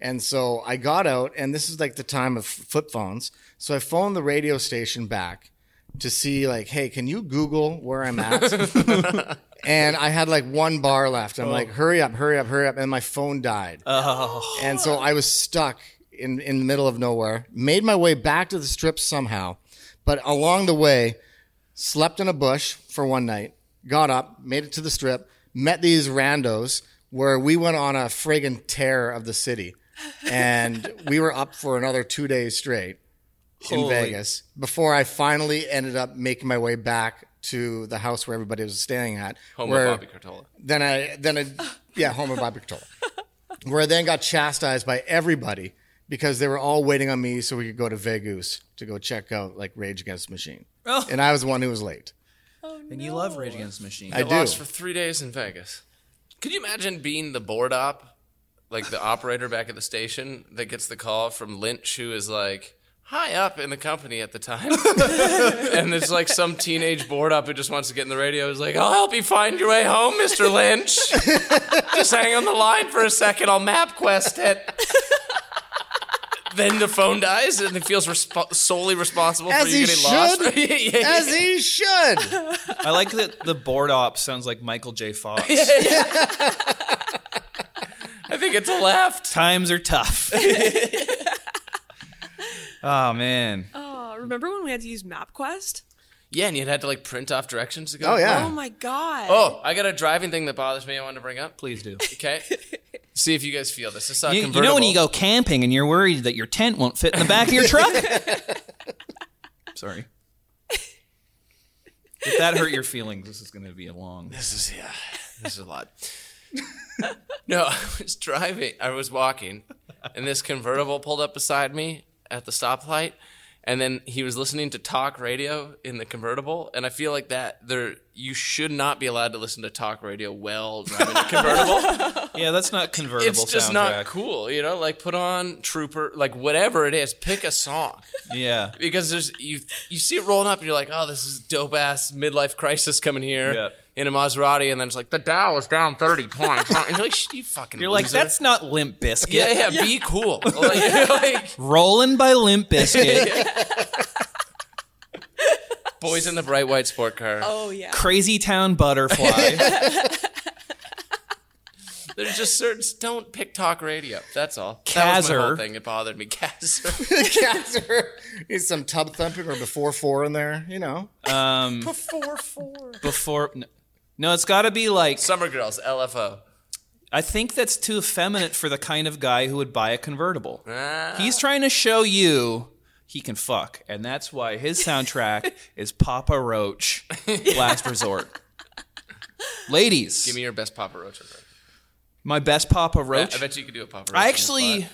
Speaker 1: And so I got out, and this is like the time of flip phones. So I phoned the radio station back to see, like, hey, can you Google where I'm at? and I had like one bar left. I'm like, hurry up, hurry up, hurry up. And my phone died. And so I was stuck in, in the middle of nowhere, made my way back to the strip somehow. But along the way, slept in a bush for one night, got up, made it to the strip, met these randos where we went on a friggin' tear of the city. And we were up for another two days straight in
Speaker 2: Holy-
Speaker 1: Vegas before I finally ended up making my way back to the house where everybody was staying at.
Speaker 4: Home
Speaker 1: where
Speaker 4: of Bobby Cartola.
Speaker 1: then I then I yeah, Homer by Pictola. Where I then got chastised by everybody because they were all waiting on me so we could go to Vegas to go check out like Rage Against the Machine.
Speaker 2: Oh.
Speaker 1: And I was the one who was late.
Speaker 2: And you love Rage Against the Machine.
Speaker 1: I
Speaker 4: I
Speaker 1: do.
Speaker 4: lost for three days in Vegas. Could you imagine being the board op, like the operator back at the station that gets the call from Lynch, who is like high up in the company at the time, and there's like some teenage board op who just wants to get in the radio. Is like, "I'll help you find your way home, Mister Lynch. just hang on the line for a second. I'll map quest it." Then the phone dies, and he feels resp- solely responsible
Speaker 1: As
Speaker 4: for you
Speaker 1: he
Speaker 4: getting
Speaker 1: should.
Speaker 4: lost. Yeah, yeah, yeah.
Speaker 1: As he should.
Speaker 2: I like that the board op sounds like Michael J. Fox.
Speaker 4: I think it's left.
Speaker 2: Times are tough. oh man.
Speaker 3: Oh, remember when we had to use MapQuest?
Speaker 4: Yeah, and you'd had to like print off directions to go.
Speaker 1: Oh yeah.
Speaker 3: Oh my god.
Speaker 4: Oh, I got a driving thing that bothers me. I wanted to bring up.
Speaker 2: Please do.
Speaker 4: Okay, see if you guys feel this. It's not
Speaker 2: You, you
Speaker 4: convertible.
Speaker 2: know when you go camping and you're worried that your tent won't fit in the back of your truck? Sorry. If that hurt your feelings, this is going to be a long.
Speaker 4: This is yeah. This is a lot. no, I was driving. I was walking, and this convertible pulled up beside me at the stoplight, and then he was listening to talk radio in the convertible, and I feel like that there you should not be allowed to listen to talk radio while driving a convertible.
Speaker 2: Yeah, that's not convertible.
Speaker 4: it's just not cool, you know. Like put on Trooper, like whatever it is, pick a song.
Speaker 2: Yeah.
Speaker 4: because there's you you see it rolling up and you're like, oh, this is dope ass midlife crisis coming here
Speaker 2: Yeah.
Speaker 4: in a Maserati, and then it's like the Dow is down thirty points. and you're like, "Shh, you fucking.
Speaker 2: You're like,
Speaker 4: loser."
Speaker 2: that's not Limp Biscuit.
Speaker 4: Yeah, yeah, be cool. Like, you're like,
Speaker 2: Rolling by Limp Biscuit.
Speaker 4: boys in the bright white sport car.
Speaker 3: Oh yeah.
Speaker 2: Crazy Town Butterfly.
Speaker 4: There's just certain don't pick talk radio. That's all. That was my
Speaker 2: Kazzer.
Speaker 4: whole thing. It bothered me. Kazzer.
Speaker 1: Cats are- Need some tub thumping or before four in there, you know.
Speaker 2: Um,
Speaker 1: Before four.
Speaker 2: before. No, no it's got to be like.
Speaker 4: Summer girls. LFO.
Speaker 2: I think that's too effeminate for the kind of guy who would buy a convertible.
Speaker 4: Ah.
Speaker 2: He's trying to show you he can fuck, and that's why his soundtrack is Papa Roach, Last Resort. Ladies,
Speaker 4: Give me your best Papa Roach. impression.
Speaker 2: my best Papa Roach.
Speaker 4: I bet you could do a Papa Roach. on
Speaker 2: I
Speaker 4: the
Speaker 2: actually,
Speaker 4: spot.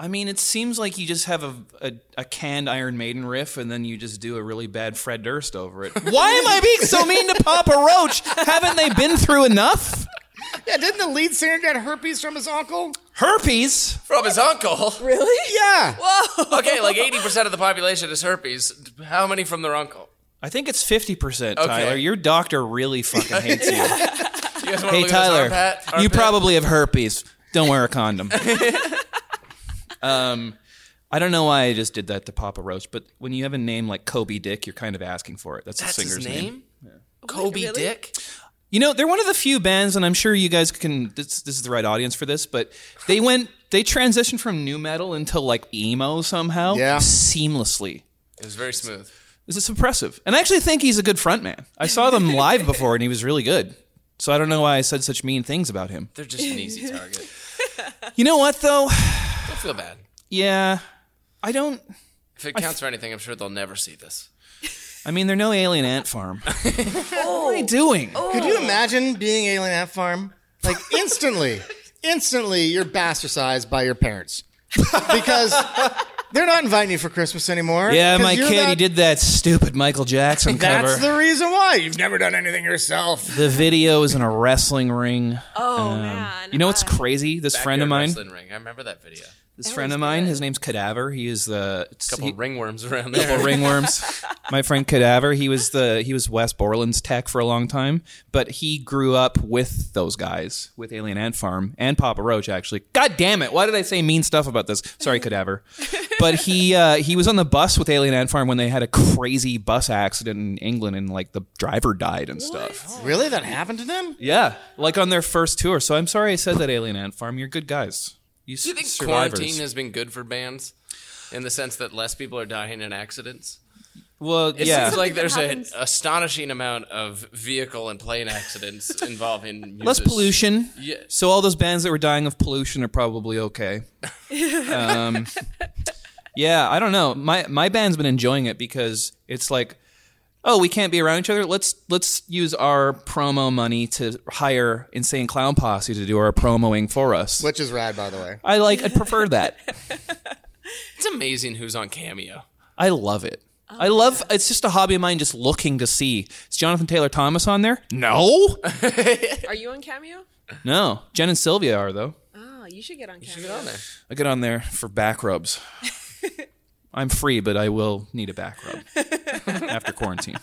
Speaker 2: I mean, it seems like you just have a, a a canned Iron Maiden riff, and then you just do a really bad Fred Durst over it. Why am I being so mean to Papa Roach? Haven't they been through enough?
Speaker 1: Yeah, didn't the lead singer get herpes from his uncle?
Speaker 2: Herpes.
Speaker 4: from his uncle.
Speaker 3: Really?
Speaker 1: Yeah.
Speaker 4: Okay, like eighty percent of the population is herpes. How many from their uncle?
Speaker 2: I think it's fifty percent, Tyler. Your doctor really fucking hates you.
Speaker 4: You guys want
Speaker 2: Hey
Speaker 4: to look at this
Speaker 2: Tyler,
Speaker 4: armpit-
Speaker 2: you
Speaker 4: armpit?
Speaker 2: probably have herpes. Don't wear a condom. um, I don't know why I just did that to Papa Roach, but when you have a name like Kobe Dick, you're kind of asking for it. That's,
Speaker 4: That's
Speaker 2: the singer's
Speaker 4: his name? Kobe
Speaker 3: really?
Speaker 4: Dick?
Speaker 2: You know, they're one of the few bands, and I'm sure you guys can. This, this is the right audience for this, but they went, they transitioned from new metal into like emo somehow,
Speaker 1: Yeah.
Speaker 2: seamlessly.
Speaker 4: It was very smooth.
Speaker 2: This is impressive, and I actually think he's a good frontman. I saw them live before, and he was really good. So I don't know why I said such mean things about him.
Speaker 4: They're just an easy target.
Speaker 2: You know what though?
Speaker 4: Don't feel bad.
Speaker 2: Yeah, I don't.
Speaker 4: If it counts for anything, I'm sure they'll never see this.
Speaker 2: I mean, they're no alien ant farm. what are they doing?
Speaker 1: Could
Speaker 4: Oh.
Speaker 1: you imagine being Alien Ant Farm? Like instantly, instantly, you're bastardized by your parents because they're not inviting you for Christmas anymore.
Speaker 2: Yeah,
Speaker 1: 'Cause
Speaker 2: my
Speaker 1: Oh. you're
Speaker 2: kid, he
Speaker 1: that-
Speaker 2: did that stupid Michael Jackson cover.
Speaker 1: That's the reason why you've never done anything yourself.
Speaker 2: The video is in a wrestling ring. Um,
Speaker 3: Oh man.
Speaker 2: You know what's
Speaker 3: I-
Speaker 2: crazy? This friend of mine,
Speaker 4: Backyard wrestling Ring. I remember that video.
Speaker 2: this friend of mine, his name's Cadaver. He is the it's-
Speaker 4: couple
Speaker 2: he-
Speaker 4: ringworms around there.
Speaker 2: couple ringworms. My friend Cadaver, he was the he was West Borland's tech for a long time, but he grew up with those guys, with Alien Ant Farm and Papa Roach. Actually, God damn it, why did I say mean stuff about this? Sorry, Cadaver. But he uh, he was on the bus with Alien Ant Farm when they had a crazy bus accident in England, and like the driver died and stuff.
Speaker 1: Really, that happened to them?
Speaker 2: Yeah, like on their first tour. So I'm sorry I said that, Alien Ant Farm. You're good guys. You,
Speaker 4: Do you think
Speaker 2: survivors.
Speaker 4: quarantine has been good for bands in the sense that less people are dying in accidents?
Speaker 2: well,
Speaker 4: It
Speaker 2: yeah.
Speaker 4: seems
Speaker 3: Something
Speaker 4: like
Speaker 3: that
Speaker 4: there's an
Speaker 3: happens-
Speaker 4: astonishing amount of vehicle and plane accidents involving
Speaker 2: less
Speaker 4: users.
Speaker 2: pollution.
Speaker 4: Yeah.
Speaker 2: So all those bands that were dying of pollution are probably okay. um, yeah, I don't know. My my band's been enjoying it because it's like, oh, we can't be around each other. Let's let's use our promo money to hire Insane Clown Posse to do our promoing for us.
Speaker 1: Which is rad, by the way.
Speaker 2: I like. I prefer that.
Speaker 4: It's amazing who's on Cameo.
Speaker 2: I love it. I love. It's just a hobby of mine. Just looking to see is Jonathan Taylor Thomas on there? No,
Speaker 3: Are you on Cameo?
Speaker 2: no. Jen and Sylvia are though.
Speaker 3: Oh, you should get on Cameo.
Speaker 4: Get on there.
Speaker 2: I get on there for back rubs. I'm free, but I will need a back rub after quarantine.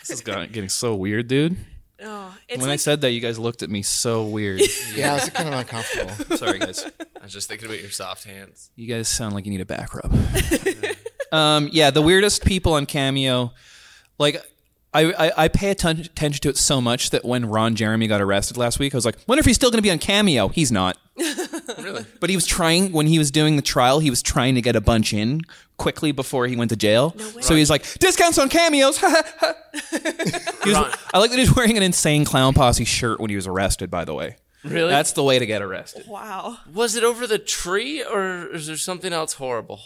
Speaker 2: This is got- getting so weird, dude.
Speaker 3: Oh, it's
Speaker 2: When I
Speaker 3: like,
Speaker 2: said that, you guys looked at me so weird.
Speaker 1: Yeah, it's kind of uncomfortable.
Speaker 2: Sorry, guys.
Speaker 4: I was just thinking about your soft hands.
Speaker 2: You guys sound like you need a back rub. um, yeah, the weirdest people on Cameo, like. I, I, I pay atten- attention to it so much that when Ron Jeremy got arrested last week, I was like, wonder if he's still going to be on Cameo. He's not.
Speaker 4: Really?
Speaker 2: But he was trying when he was doing the trial. He was trying to get a bunch in quickly before he went to jail.
Speaker 3: way.
Speaker 2: So he was like discounts on cameos. ha, ha, ha." he was, I like that he's wearing an insane clown posse shirt when he was arrested. By the way,
Speaker 4: Really?
Speaker 2: that's the way to get arrested.
Speaker 3: wow.
Speaker 4: was it over the tree or is there something else horrible?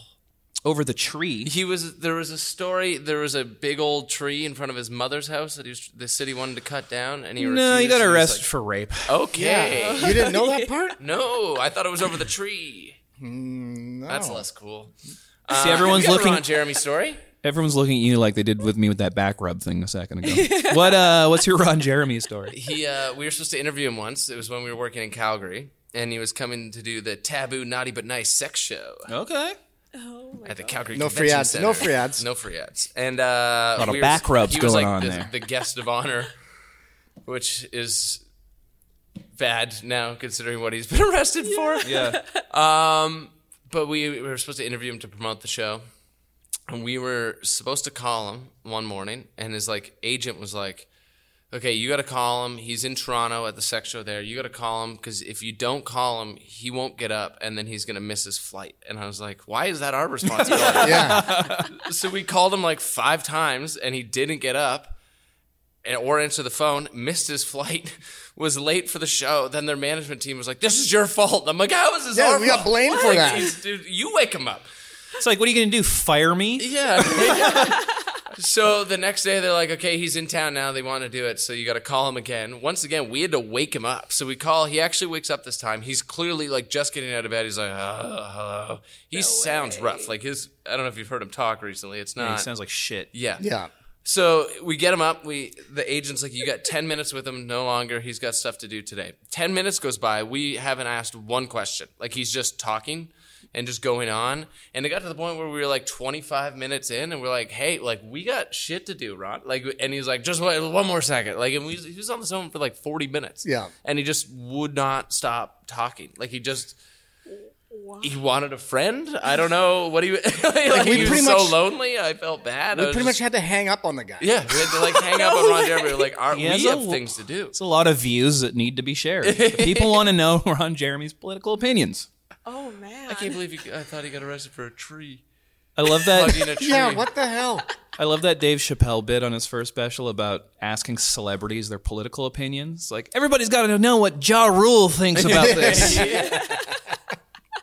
Speaker 2: Over the tree.
Speaker 4: He was there was a story there was a big old tree in front of his mother's house that he was, the city wanted to cut down and he
Speaker 2: No,
Speaker 4: refused.
Speaker 2: you got
Speaker 4: He was
Speaker 2: arrested for rape.
Speaker 4: like, okay.
Speaker 1: You didn't know that part?
Speaker 4: No, I thought it was over the tree.
Speaker 2: Hmm,
Speaker 4: That's less cool.
Speaker 2: See, everyone's looking.
Speaker 4: on Jeremy's story.
Speaker 2: Everyone's looking at you like they did with me with that back rub thing a second ago. what? Uh, what's your Ron Jeremy story?
Speaker 4: He, uh, we were supposed to interview him once. It was when we were working in Calgary, and he was coming to do the taboo, naughty but nice sex show
Speaker 2: Okay.
Speaker 3: Oh my
Speaker 4: at the
Speaker 3: God.
Speaker 4: Calgary.
Speaker 1: No free
Speaker 4: Convention
Speaker 1: ads.
Speaker 4: Center.
Speaker 1: No free ads.
Speaker 4: No free ads. And uh, a
Speaker 2: lot of back rubs
Speaker 4: he was
Speaker 2: going
Speaker 4: like
Speaker 2: on
Speaker 4: the,
Speaker 2: there.
Speaker 4: The guest of honor, which is bad now considering what he's been arrested for. Um,
Speaker 2: Yeah.
Speaker 4: But we, we were supposed to interview him to promote the show. And we were supposed to call him one morning, and his like agent was like, "Okay, you got to call him. He's in Toronto at the sex show there. You got to call him because if you don't call him, he won't get up, and then he's gonna miss his flight." And I was like, "Why is that our responsibility?"
Speaker 1: Yeah.
Speaker 4: so we called him like five times, and he didn't get up, and or answer the phone. Missed his flight, was late for the show. Then their management team was like, "This is your fault." I'm like, "How is this
Speaker 1: Yeah,
Speaker 4: our
Speaker 1: we got
Speaker 4: fault?"
Speaker 1: blamed for
Speaker 4: Like,
Speaker 1: that.
Speaker 4: he's- Dude, you wake him up.
Speaker 2: It's like, what are you going to do? Fire me?
Speaker 4: Yeah. so the next day they're like, okay, he's in town now. They want to do it. So you got to call him again. Once again, we had to wake him up. So we call. He actually wakes up this time. He's clearly like just getting out of bed. He's like, oh, hello. He sounds rough. Like his, I don't know if you've heard him talk recently. It's
Speaker 2: He
Speaker 4: not.
Speaker 2: sounds like shit.
Speaker 4: yeah.
Speaker 1: Yeah.
Speaker 4: So we get him up. We the agent's like, you got ten minutes with him. No longer. He's got stuff to do today. Ten minutes goes by. We haven't asked one question. Like he's just talking and just going on. And it got to the point where we were like twenty five minutes in, and we're like, hey, like we got shit to do, Ron. Like, and he's like, just wait one more second. Like, and we, he was on the phone for like forty minutes.
Speaker 1: Yeah.
Speaker 4: And he just would not stop talking. Like he just he wanted a friend. I don't know what he like.
Speaker 1: we
Speaker 4: he
Speaker 1: pretty
Speaker 4: was so
Speaker 1: much-
Speaker 4: lonely. I felt bad. I
Speaker 1: We
Speaker 4: was
Speaker 1: pretty much
Speaker 4: just-
Speaker 1: had to hang up on the guy.
Speaker 4: yeah. We had to like hang up on Ron Jeremy. We were like, aren't
Speaker 2: He
Speaker 4: we
Speaker 2: has a
Speaker 4: have
Speaker 2: lo-
Speaker 4: things to do?
Speaker 2: It's a lot of views that need to be shared. If people want to know Ron Jeremy's political opinions.
Speaker 3: Oh man.
Speaker 4: I can't believe he, I thought he got arrested for a tree
Speaker 2: I love that.
Speaker 4: hugging a tree.
Speaker 1: Yeah, what the hell?
Speaker 2: I love that Dave Chappelle bit on his first special about asking celebrities their political opinions. Like everybody's got to know what Ja Rule thinks about this.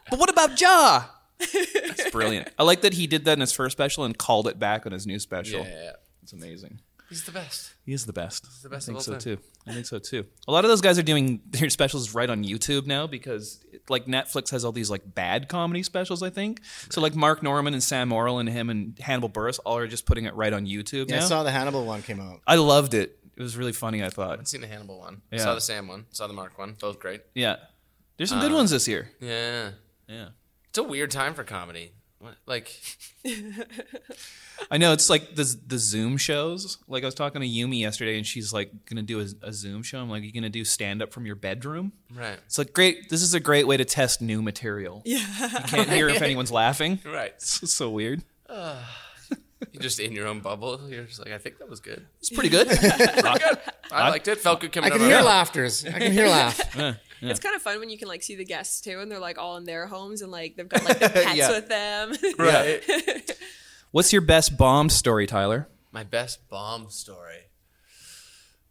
Speaker 2: But what about Ja? It's brilliant. I like that he did that in his first special and called it back on his new special.
Speaker 4: Yeah,
Speaker 2: It's amazing.
Speaker 4: he's the best.
Speaker 2: He is the best.
Speaker 4: the best
Speaker 2: I think
Speaker 4: of all
Speaker 2: so
Speaker 4: time.
Speaker 2: too. I think so too. A lot of those guys are doing their specials right on YouTube now because like Netflix has all these like bad comedy specials. I think so. Like Mark Norman and Sam Morrill and him and Hannibal Buress all are just putting it right on YouTube
Speaker 1: I
Speaker 2: now.
Speaker 1: saw the Hannibal one came out.
Speaker 2: I loved it. It was really funny. I thought.
Speaker 4: I've seen the Hannibal one.
Speaker 2: Yeah.
Speaker 4: Saw the Sam one. Saw the Mark one. Both great.
Speaker 2: Yeah, there's
Speaker 4: Uh.
Speaker 2: some good ones this year.
Speaker 4: Yeah.
Speaker 2: Yeah.
Speaker 4: It's a weird time for comedy. What, like
Speaker 2: I know it's like the the Zoom shows. Like I was talking to Yumi yesterday, and she's like gonna do a, a Zoom show. I'm like, you gonna do stand up from your bedroom?
Speaker 4: right.
Speaker 2: It's like great. This is a great way to test new material. Yeah, you can't hear if anyone's laughing.
Speaker 4: Right.
Speaker 2: It's so weird.
Speaker 4: You're just in your own bubble. You're just like, I think that was good.
Speaker 2: It's pretty good.
Speaker 4: I, liked it. Felt good
Speaker 1: I
Speaker 4: coming
Speaker 1: can
Speaker 4: over.
Speaker 1: hear laughters. I can hear laugh.
Speaker 3: It's kind of fun when you can like see the guests too, and they're like all in their homes, and like they've got like their pets
Speaker 2: Yeah.
Speaker 3: with them.
Speaker 4: Right.
Speaker 2: What's your best bomb story, Tyler?
Speaker 4: My best bomb story.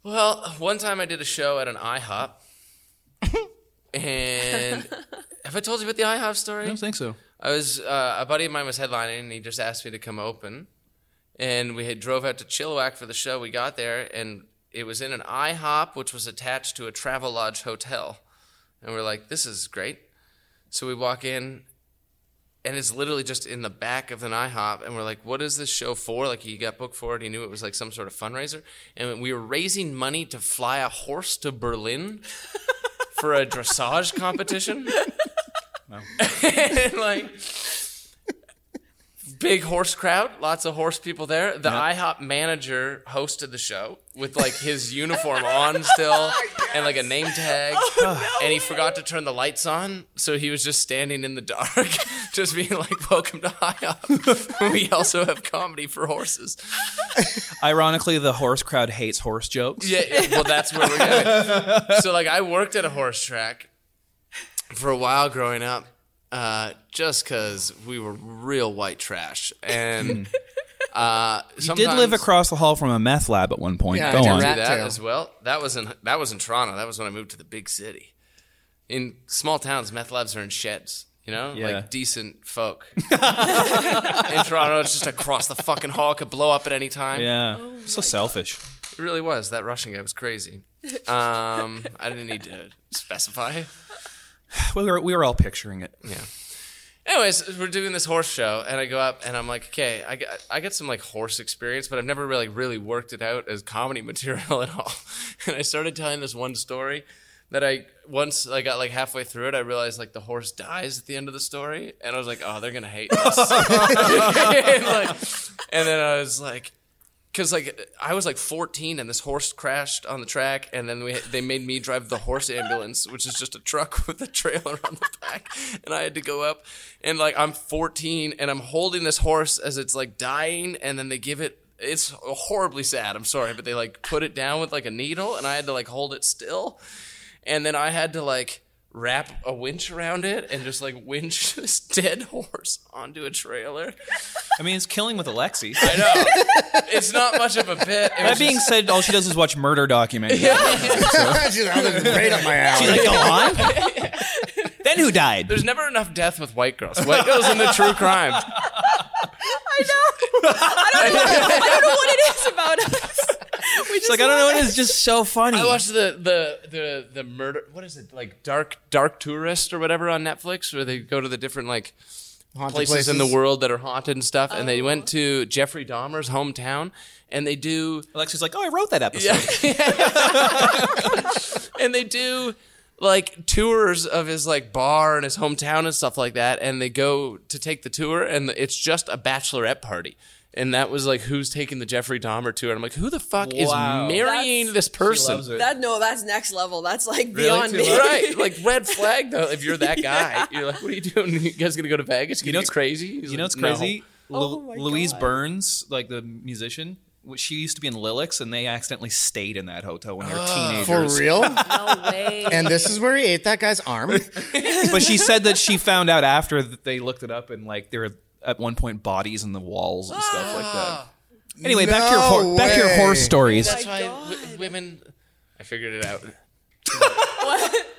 Speaker 4: Well, one time I did a show at an IHOP, and have I told you about the IHOP story?
Speaker 2: think so.
Speaker 4: I was uh, a buddy of mine was headlining, and he just asked me to come open. And we had drove out to Chilliwack for the show. We got there, and it was in an IHOP, which was attached to a Travelodge hotel. And we are like, "This is great." So we walk in, and it's literally just in the back of an IHOP. And we're like, "What is this show for?" Like he got booked for it. He knew it was like some sort of fundraiser, and we were raising money to fly a horse to Berlin for a dressage competition and like big horse crowd, lots of horse people there. The IHOP manager hosted the show with like his uniform on still and like a name tag. and he forgot to turn the lights on, so he was just standing in the dark, just being like, "Welcome to IHOP. we also have comedy for horses."
Speaker 2: Ironically, the horse crowd hates horse jokes.
Speaker 4: Yeah, yeah, well, that's where we're going. so, like, I worked at a horse track for a while growing up, uh, just because we were real white trash, and uh,
Speaker 2: Hmm. You did live across the hall from a meth lab at one point.
Speaker 1: Yeah, I
Speaker 2: Go
Speaker 1: did
Speaker 2: on.
Speaker 1: rat
Speaker 4: that
Speaker 1: tail.
Speaker 4: as well. That was in that was in Toronto. That was when I moved to the big city. In small towns, meth labs are in sheds. You know,
Speaker 2: Yeah.
Speaker 4: like decent folk. in Toronto, it's just across the fucking hall. Could blow up at any time.
Speaker 2: Yeah.
Speaker 4: Oh
Speaker 2: so selfish.
Speaker 4: It really was. That Russian guy was crazy. Um, I didn't need to specify.
Speaker 2: We were, we were all picturing it.
Speaker 4: Yeah. Anyways, we're doing this horse show, and I go up, and I'm like, okay, I got, I got some like horse experience, but I've never really really worked it out as comedy material at all. And I started telling this one story that I once I got like halfway through it, I realized like the horse dies at the end of the story, and I was like, oh, they're gonna hate this. and, like, and then I was like, because like I was like 14 and this horse crashed on the track, and then we they made me drive the horse ambulance, which is just a truck with a trailer on the back, and I had to go up, and like I'm 14 and I'm holding this horse as it's like dying, and then they give it. It's horribly sad. I'm sorry, but they like put it down with like a needle, and I had to like hold it still, and then I had to like wrap a winch around it and just like winch this dead horse onto a trailer.
Speaker 2: I mean, it's killing with Alexi.
Speaker 4: I know. it's not much of a bit. It was
Speaker 2: That being said, all she does is watch murder documentaries.
Speaker 1: She's like, "Oh, this is right up my alley.
Speaker 2: She's like, go on. then who died?
Speaker 4: There's never enough death with white girls. White girls in the true crime.
Speaker 3: I know. I don't know. I don't know what it is about us. We just
Speaker 2: It's like I don't know. It is just so funny.
Speaker 4: I watched the the the the murder. What is it like? Dark Dark Tourist or whatever on Netflix, where they go to the different like
Speaker 1: Haunted
Speaker 4: places, Oh. in the world that are haunted and stuff. And they went to Jeffrey Dahmer's hometown, and they do
Speaker 2: Alexi's like, oh, I wrote that episode.
Speaker 4: and they do like tours of his like bar and his hometown and stuff like that and they go to take the tour and it's just a bachelorette party and that was like who's taking the Jeffrey Dahmer tour. And I'm like, who the fuck
Speaker 2: Wow.
Speaker 4: is marrying
Speaker 3: That's-
Speaker 4: this person?
Speaker 2: loves it.
Speaker 5: That no, that's next level. That's like
Speaker 2: Really?
Speaker 5: beyond
Speaker 2: Too
Speaker 5: me.
Speaker 2: low?
Speaker 4: right, like red flag though. If you're that guy, you're like, what are you doing? You guys gonna go to Vegas? You
Speaker 2: know
Speaker 4: know
Speaker 2: what's-
Speaker 4: it's crazy. He's
Speaker 2: You know
Speaker 4: like,
Speaker 2: what's
Speaker 4: "No."
Speaker 2: crazy?
Speaker 3: Oh
Speaker 2: Lu-
Speaker 3: my
Speaker 2: Louise
Speaker 3: God.
Speaker 2: Burns, like the musician, w- she used to be in Lilix, and they accidentally stayed in that hotel when they were
Speaker 4: Ah,
Speaker 1: For
Speaker 2: teenagers.
Speaker 1: real?
Speaker 5: No way.
Speaker 1: and this is where he ate that guy's arm.
Speaker 2: but she said that she found out after that they looked it up, and like there were at one point bodies in the walls and stuff like
Speaker 4: Ah.
Speaker 2: that. Anyway, back to
Speaker 1: No
Speaker 2: your hor- back to your horror
Speaker 1: way.
Speaker 2: stories.
Speaker 4: That's why w- women. I figured it out.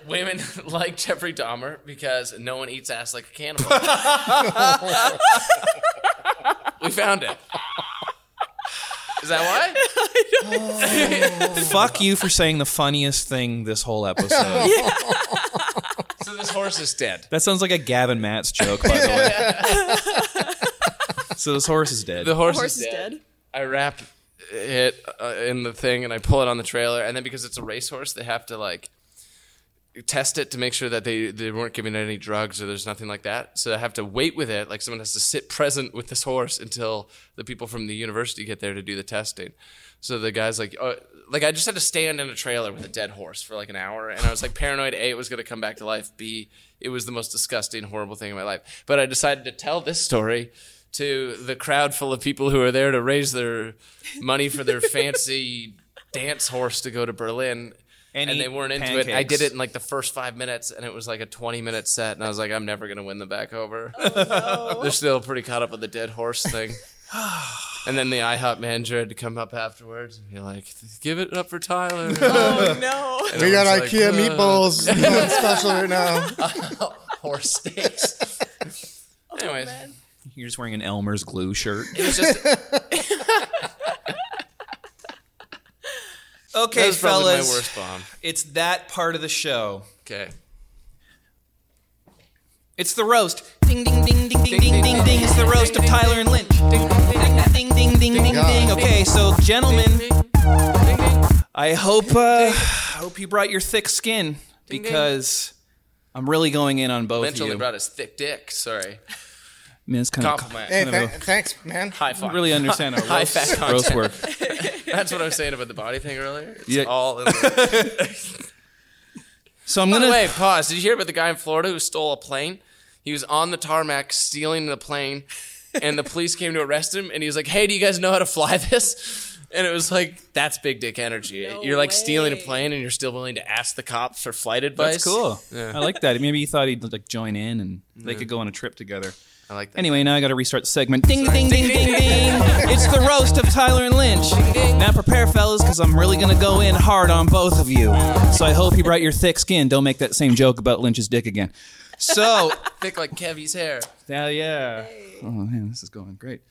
Speaker 4: Women like Jeffrey Dahmer because no one eats ass like a cannibal. we found it. Is that why?
Speaker 2: Fuck you for saying the funniest thing this whole episode.
Speaker 4: So this horse is dead.
Speaker 2: That sounds like a Gavin Matz joke, by the way. so this horse is dead.
Speaker 4: The horse,
Speaker 3: Horse
Speaker 4: is dead. I wrap it uh, in the thing and I pull it on the trailer, and then because it's a racehorse, they have to like test it to make sure that they they weren't giving it any drugs or there's nothing like that. So I have to wait with it, like someone has to sit present with this horse until the people from the university get there to do the testing. So the guy's like, oh, like I just had to stand in a trailer with a dead horse for like an hour, and I was like paranoid. A, it was gonna come back to life. B, it was the most disgusting, horrible thing in my life. But I decided to tell this story to the crowd full of people who are there to raise their money for their fancy dance horse to go to Berlin.
Speaker 2: And
Speaker 4: and
Speaker 2: eat
Speaker 4: they weren't into it. I
Speaker 2: pancakes.
Speaker 4: did it in like the first five minutes, and it was like a twenty-minute set, and I was like, "I'm never gonna win them back over." They're still pretty caught up with the dead horse thing. and then the IHOP manager had to come up afterwards and be like, "Give it up for Tyler."
Speaker 3: Oh no.
Speaker 1: we got
Speaker 4: Everyone's
Speaker 1: IKEA
Speaker 4: like,
Speaker 1: meatballs. Nothing special right now.
Speaker 4: horse steaks. Anyways,
Speaker 2: You're just wearing an Elmer's glue shirt.
Speaker 4: it was just that
Speaker 2: Okay,
Speaker 4: was probably my
Speaker 2: fellas,
Speaker 4: worst bomb.
Speaker 2: it's that part of the show.
Speaker 4: Okay.
Speaker 2: It's the roast. Ding ding ding ding ding ding ding ding. It's the roast of Tyler and Lynch. Ding ding ding ding
Speaker 1: God.
Speaker 2: ding. Okay, so gentlemen, I hope uh, I hope you brought your thick skin because I'm really going in on both
Speaker 4: Lynch
Speaker 2: of
Speaker 4: only
Speaker 2: you.
Speaker 4: brought his thick dick. Sorry.
Speaker 2: I mean, it's kind of
Speaker 4: Compliment.
Speaker 1: Hey,
Speaker 2: Kind
Speaker 1: tha-
Speaker 2: of
Speaker 1: thanks, man.
Speaker 4: High
Speaker 2: I
Speaker 4: five.
Speaker 2: don't really understand how
Speaker 4: High
Speaker 2: roast,
Speaker 4: fat
Speaker 2: roast
Speaker 4: content.
Speaker 2: work.
Speaker 4: That's what I was saying about the body thing earlier. It's
Speaker 2: Yeah.
Speaker 4: all in the
Speaker 2: So I'm
Speaker 4: By
Speaker 2: gonna.
Speaker 4: the way, pause. Did you hear about the guy in Florida who stole a plane? He was on the tarmac stealing the plane, and the police came to arrest him. And he was like, "Hey, do you guys know how to fly this?" And it was like, "That's big dick energy.
Speaker 3: No
Speaker 4: you're like stealing a
Speaker 3: way.
Speaker 4: plane, and you're still willing to ask the cops for flight advice.
Speaker 2: That's cool. I like that. Maybe he thought he'd like join in and they could go on a trip together.
Speaker 4: I like that.
Speaker 2: Anyway, now I got to restart the segment. Ding, ding, ding, ding, ding. It's the roast of Tyler and Lynch. Now prepare, fellas, because I'm really going to go in hard on both of you. So I hope you brought your thick skin. Don't make that same joke about Lynch's dick again. So,
Speaker 4: thick like Kevy's hair.
Speaker 2: hell yeah. Oh, man, this is going great.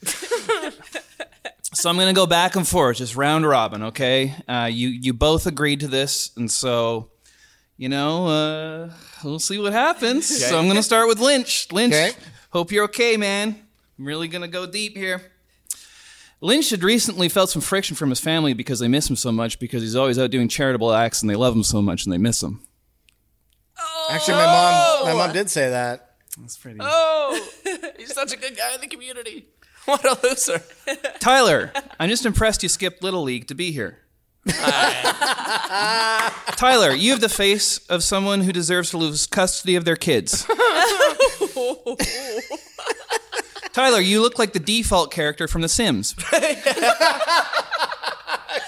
Speaker 2: so I'm going to go back and forth, just round robin, okay? Uh, you, you both agreed to this, and so, you know, uh, we'll see what happens. So I'm going to start with Lynch. Lynch,
Speaker 1: Okay.
Speaker 2: hope you're okay, man. I'm really going to go deep here. Lynch had recently felt some friction from his family because they miss him so much because he's always out doing charitable acts and they love him so much and they miss him.
Speaker 1: Actually, my mom, my mom did say that.
Speaker 2: That's pretty.
Speaker 4: Oh, he's such a good guy in the community. What a loser.
Speaker 2: Tyler, I'm just impressed you skipped Little League to be here. Tyler, you have the face of someone who deserves to lose custody of their kids. Tyler, you look like the default character from The Sims.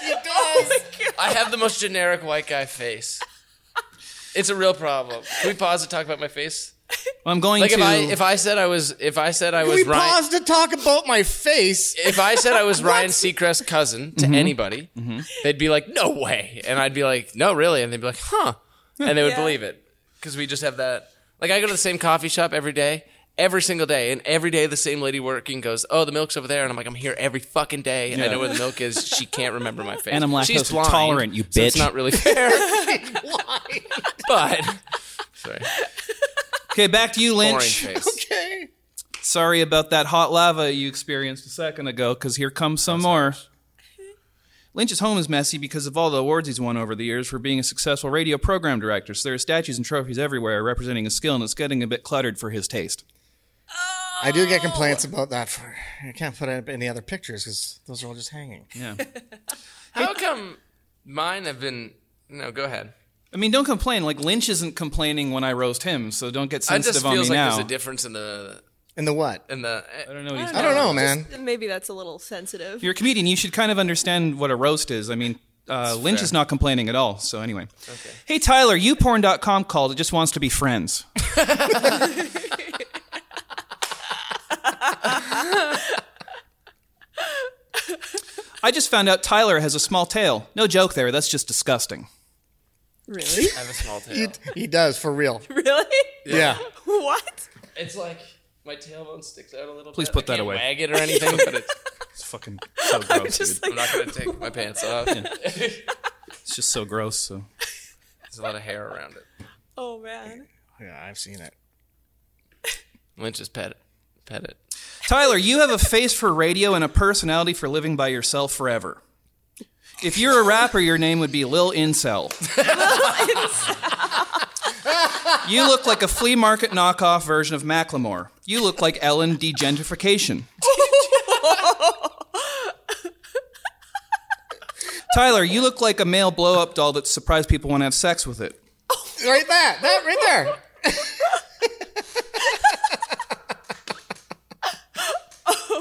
Speaker 4: I have the most generic white guy face. It's a real problem. Can we pause to talk about my face?
Speaker 2: I'm going
Speaker 4: Like
Speaker 2: to.
Speaker 4: if I if I said I was if I said I was
Speaker 1: We
Speaker 4: Ryan,
Speaker 1: paused to talk about my face.
Speaker 4: if I said I was Ryan Seacrest's cousin
Speaker 2: Mm-hmm.
Speaker 4: to anybody, they'd be like, "No way," and I'd be like, "No, really," and they'd be like, "Huh," and they would
Speaker 3: Yeah.
Speaker 4: believe it because we just have that. Like I go to the same coffee shop every day, every single day, and every day the same lady working goes, "Oh, the milk's over there," and I'm like, "I'm here every fucking day. I
Speaker 2: Yeah.
Speaker 4: know where the milk is." She can't remember my face,
Speaker 2: And I'm
Speaker 4: She's
Speaker 2: lactose
Speaker 4: blind,
Speaker 2: intolerant, you
Speaker 4: so it's
Speaker 2: bitch.
Speaker 4: not really fair, but sorry,
Speaker 2: okay, back to you, Lynch.
Speaker 4: orange face.
Speaker 1: Okay.
Speaker 2: Sorry about that hot lava you experienced a second ago, because here comes some more. Lynch's home is messy because of all the awards he's won over the years for being a successful radio program director, so there are statues and trophies everywhere representing his skill, and it's getting a bit cluttered for his taste.
Speaker 1: I do get complaints about that. For, I can't put up any other pictures because those are all just hanging.
Speaker 2: Yeah.
Speaker 4: How come mine have been? No, go ahead.
Speaker 2: I mean, don't complain. Like Lynch isn't complaining when I roast him, so don't get
Speaker 4: It
Speaker 2: sensitive
Speaker 4: just
Speaker 2: on
Speaker 4: feels
Speaker 2: me
Speaker 4: like
Speaker 2: now.
Speaker 4: there's a difference in the
Speaker 1: And the what?
Speaker 4: in the.
Speaker 2: I don't know. What he's
Speaker 1: I don't know,
Speaker 3: Just-
Speaker 1: man.
Speaker 3: maybe that's a little sensitive.
Speaker 2: If you're a comedian, you should kind of understand what a roast is. I mean, uh, Lynch is not complaining at all. So anyway, hey Tyler, youporn.com called. It just wants to be friends. I just found out Tyler has a small tail. No joke there. That's just disgusting.
Speaker 3: Really?
Speaker 4: I have a small tail.
Speaker 1: He does for real.
Speaker 3: really?
Speaker 1: Yeah.
Speaker 3: What?
Speaker 4: It's like my tailbone sticks out a little.
Speaker 2: Please
Speaker 4: bit.
Speaker 2: put
Speaker 4: I
Speaker 2: that
Speaker 4: can't
Speaker 2: away.
Speaker 4: Wag it or anything, but it's,
Speaker 2: It's fucking so gross.
Speaker 3: Just
Speaker 2: dude.
Speaker 4: I'm not gonna take my pants off.
Speaker 2: It's just so gross. So
Speaker 4: There's a lot of hair around it.
Speaker 3: oh man.
Speaker 1: Yeah, I've seen it.
Speaker 4: Lynch just pet it. Pet it.
Speaker 2: Tyler, you have a face for radio and a personality for living by yourself forever. If you're a rapper, your name would be Lil Incel. you look like a flea market knockoff version of Macklemore. You look like Ellen Degentification. Tyler, you look like a male blow up doll that surprised people want to have sex with it.
Speaker 1: Right there. That right there.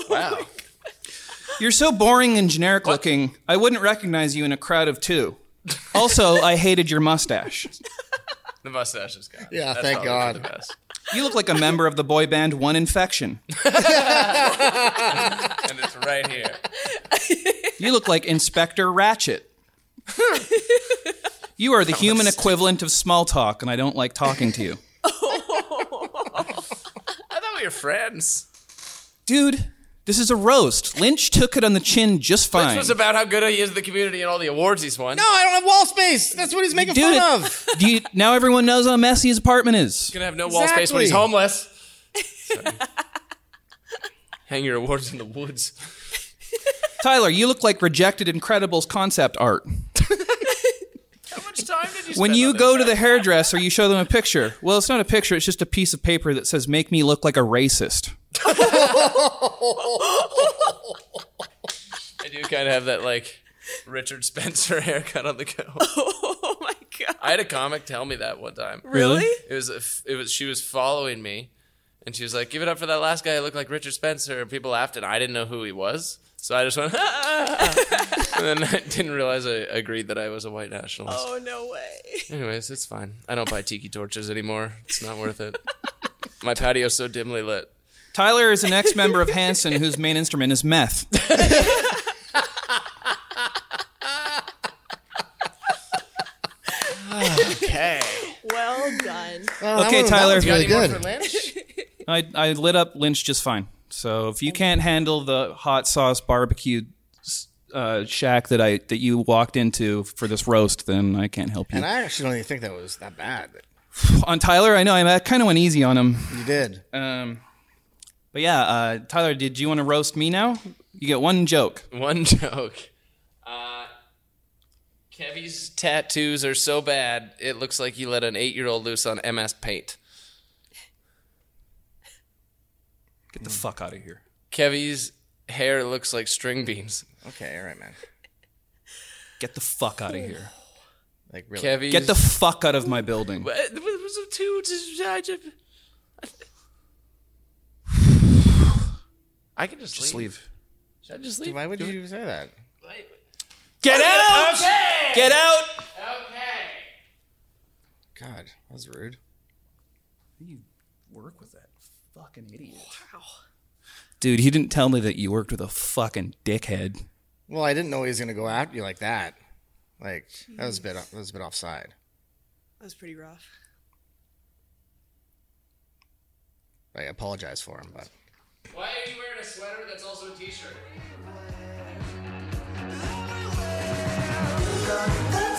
Speaker 4: Wow.
Speaker 2: You're so boring and generic looking, I wouldn't recognize you in a crowd of two. Also, I hated your mustache.
Speaker 4: The mustache is gone.
Speaker 1: Yeah,
Speaker 4: That's
Speaker 1: thank
Speaker 4: probably for
Speaker 1: God.
Speaker 4: The best.
Speaker 2: You look like a member of the boy band One Infection.
Speaker 4: And it's right here.
Speaker 2: You look like Inspector Ratchet. You are the human equivalent of small talk, and I don't like talking to you.
Speaker 4: I thought we were friends.
Speaker 2: Dude, this is a roast. Lynch took it on the chin just
Speaker 4: This
Speaker 2: fine.
Speaker 4: was about how good he is to the community and all the awards he's won.
Speaker 1: No, I don't have wall space. That's what he's making
Speaker 2: Dude,
Speaker 1: fun
Speaker 2: it-
Speaker 1: of.
Speaker 2: do you, now everyone knows how messy his apartment is.
Speaker 4: gonna have no wall space when he's
Speaker 1: Exactly.
Speaker 4: homeless. Sorry. Hang your awards in the woods.
Speaker 2: Tyler, you look like rejected Incredibles concept art.
Speaker 4: How much time did you?
Speaker 2: When
Speaker 4: spend
Speaker 2: you
Speaker 4: on
Speaker 2: go
Speaker 4: this?
Speaker 2: to the hairdresser, you show them a picture. Well, it's not a picture, it's just a piece of paper that says, Make me look like a racist.
Speaker 4: I do kind of have that like Richard Spencer haircut on the go.
Speaker 3: Oh my god.
Speaker 4: I had a comic tell me that one time.
Speaker 2: Really?
Speaker 4: It was a f- it was she was following me, and she was like, "Give it up for that last guy who looked like Richard Spencer." And people laughed, and I didn't know who he was, so I just went, "Ah!" and then I didn't realize I agreed that I was a white nationalist.
Speaker 3: Oh no way.
Speaker 4: Anyways, it's fine. I don't buy tiki torches anymore. It's not worth it. My patio's so dimly lit.
Speaker 2: Tyler is an ex member of Hanson whose main instrument is meth.
Speaker 4: Okay.
Speaker 3: Well done.
Speaker 1: Oh, that
Speaker 2: Okay,
Speaker 1: one- that
Speaker 2: Tyler.
Speaker 1: one's
Speaker 2: You got
Speaker 1: really
Speaker 4: Any more
Speaker 1: good.
Speaker 4: for Lynch?
Speaker 2: I, I lit up Lynch just fine. So if you can't handle the hot sauce barbecue uh, shack that I that you walked into for this roast, then I can't help you.
Speaker 1: And I actually don't even think that was that bad.
Speaker 2: on Tyler, I know I kind of went easy on him,
Speaker 1: You did.
Speaker 2: um, but yeah, uh, Tyler, did you want to roast me now? You get one joke.
Speaker 4: One joke. Uh, Kevy's tattoos are so bad, it looks like he let an eight-year-old loose on MS Paint.
Speaker 2: Get the fuck out of here.
Speaker 4: Kevy's hair looks like string beans.
Speaker 1: Okay, all right, man.
Speaker 2: Get the fuck out of here.
Speaker 1: Like really.
Speaker 4: Kevy's
Speaker 2: Get the fuck out of my building.
Speaker 4: What- what was it two? Just- I just- I can just,
Speaker 2: Just leave.
Speaker 4: Should I just leave?
Speaker 1: Why would you say that?
Speaker 2: Get out! Get out!
Speaker 1: God, that was rude.
Speaker 2: You work with that fucking idiot. Wow. Dude, he didn't tell me that you worked with a fucking dickhead.
Speaker 1: Well, I didn't know he was gonna go at you like that. Like that was a bit that was a bit offside.
Speaker 3: That was pretty rough.
Speaker 1: I apologize for him, but
Speaker 4: Why are you wearing a sweater that's also a t-shirt?
Speaker 6: Thank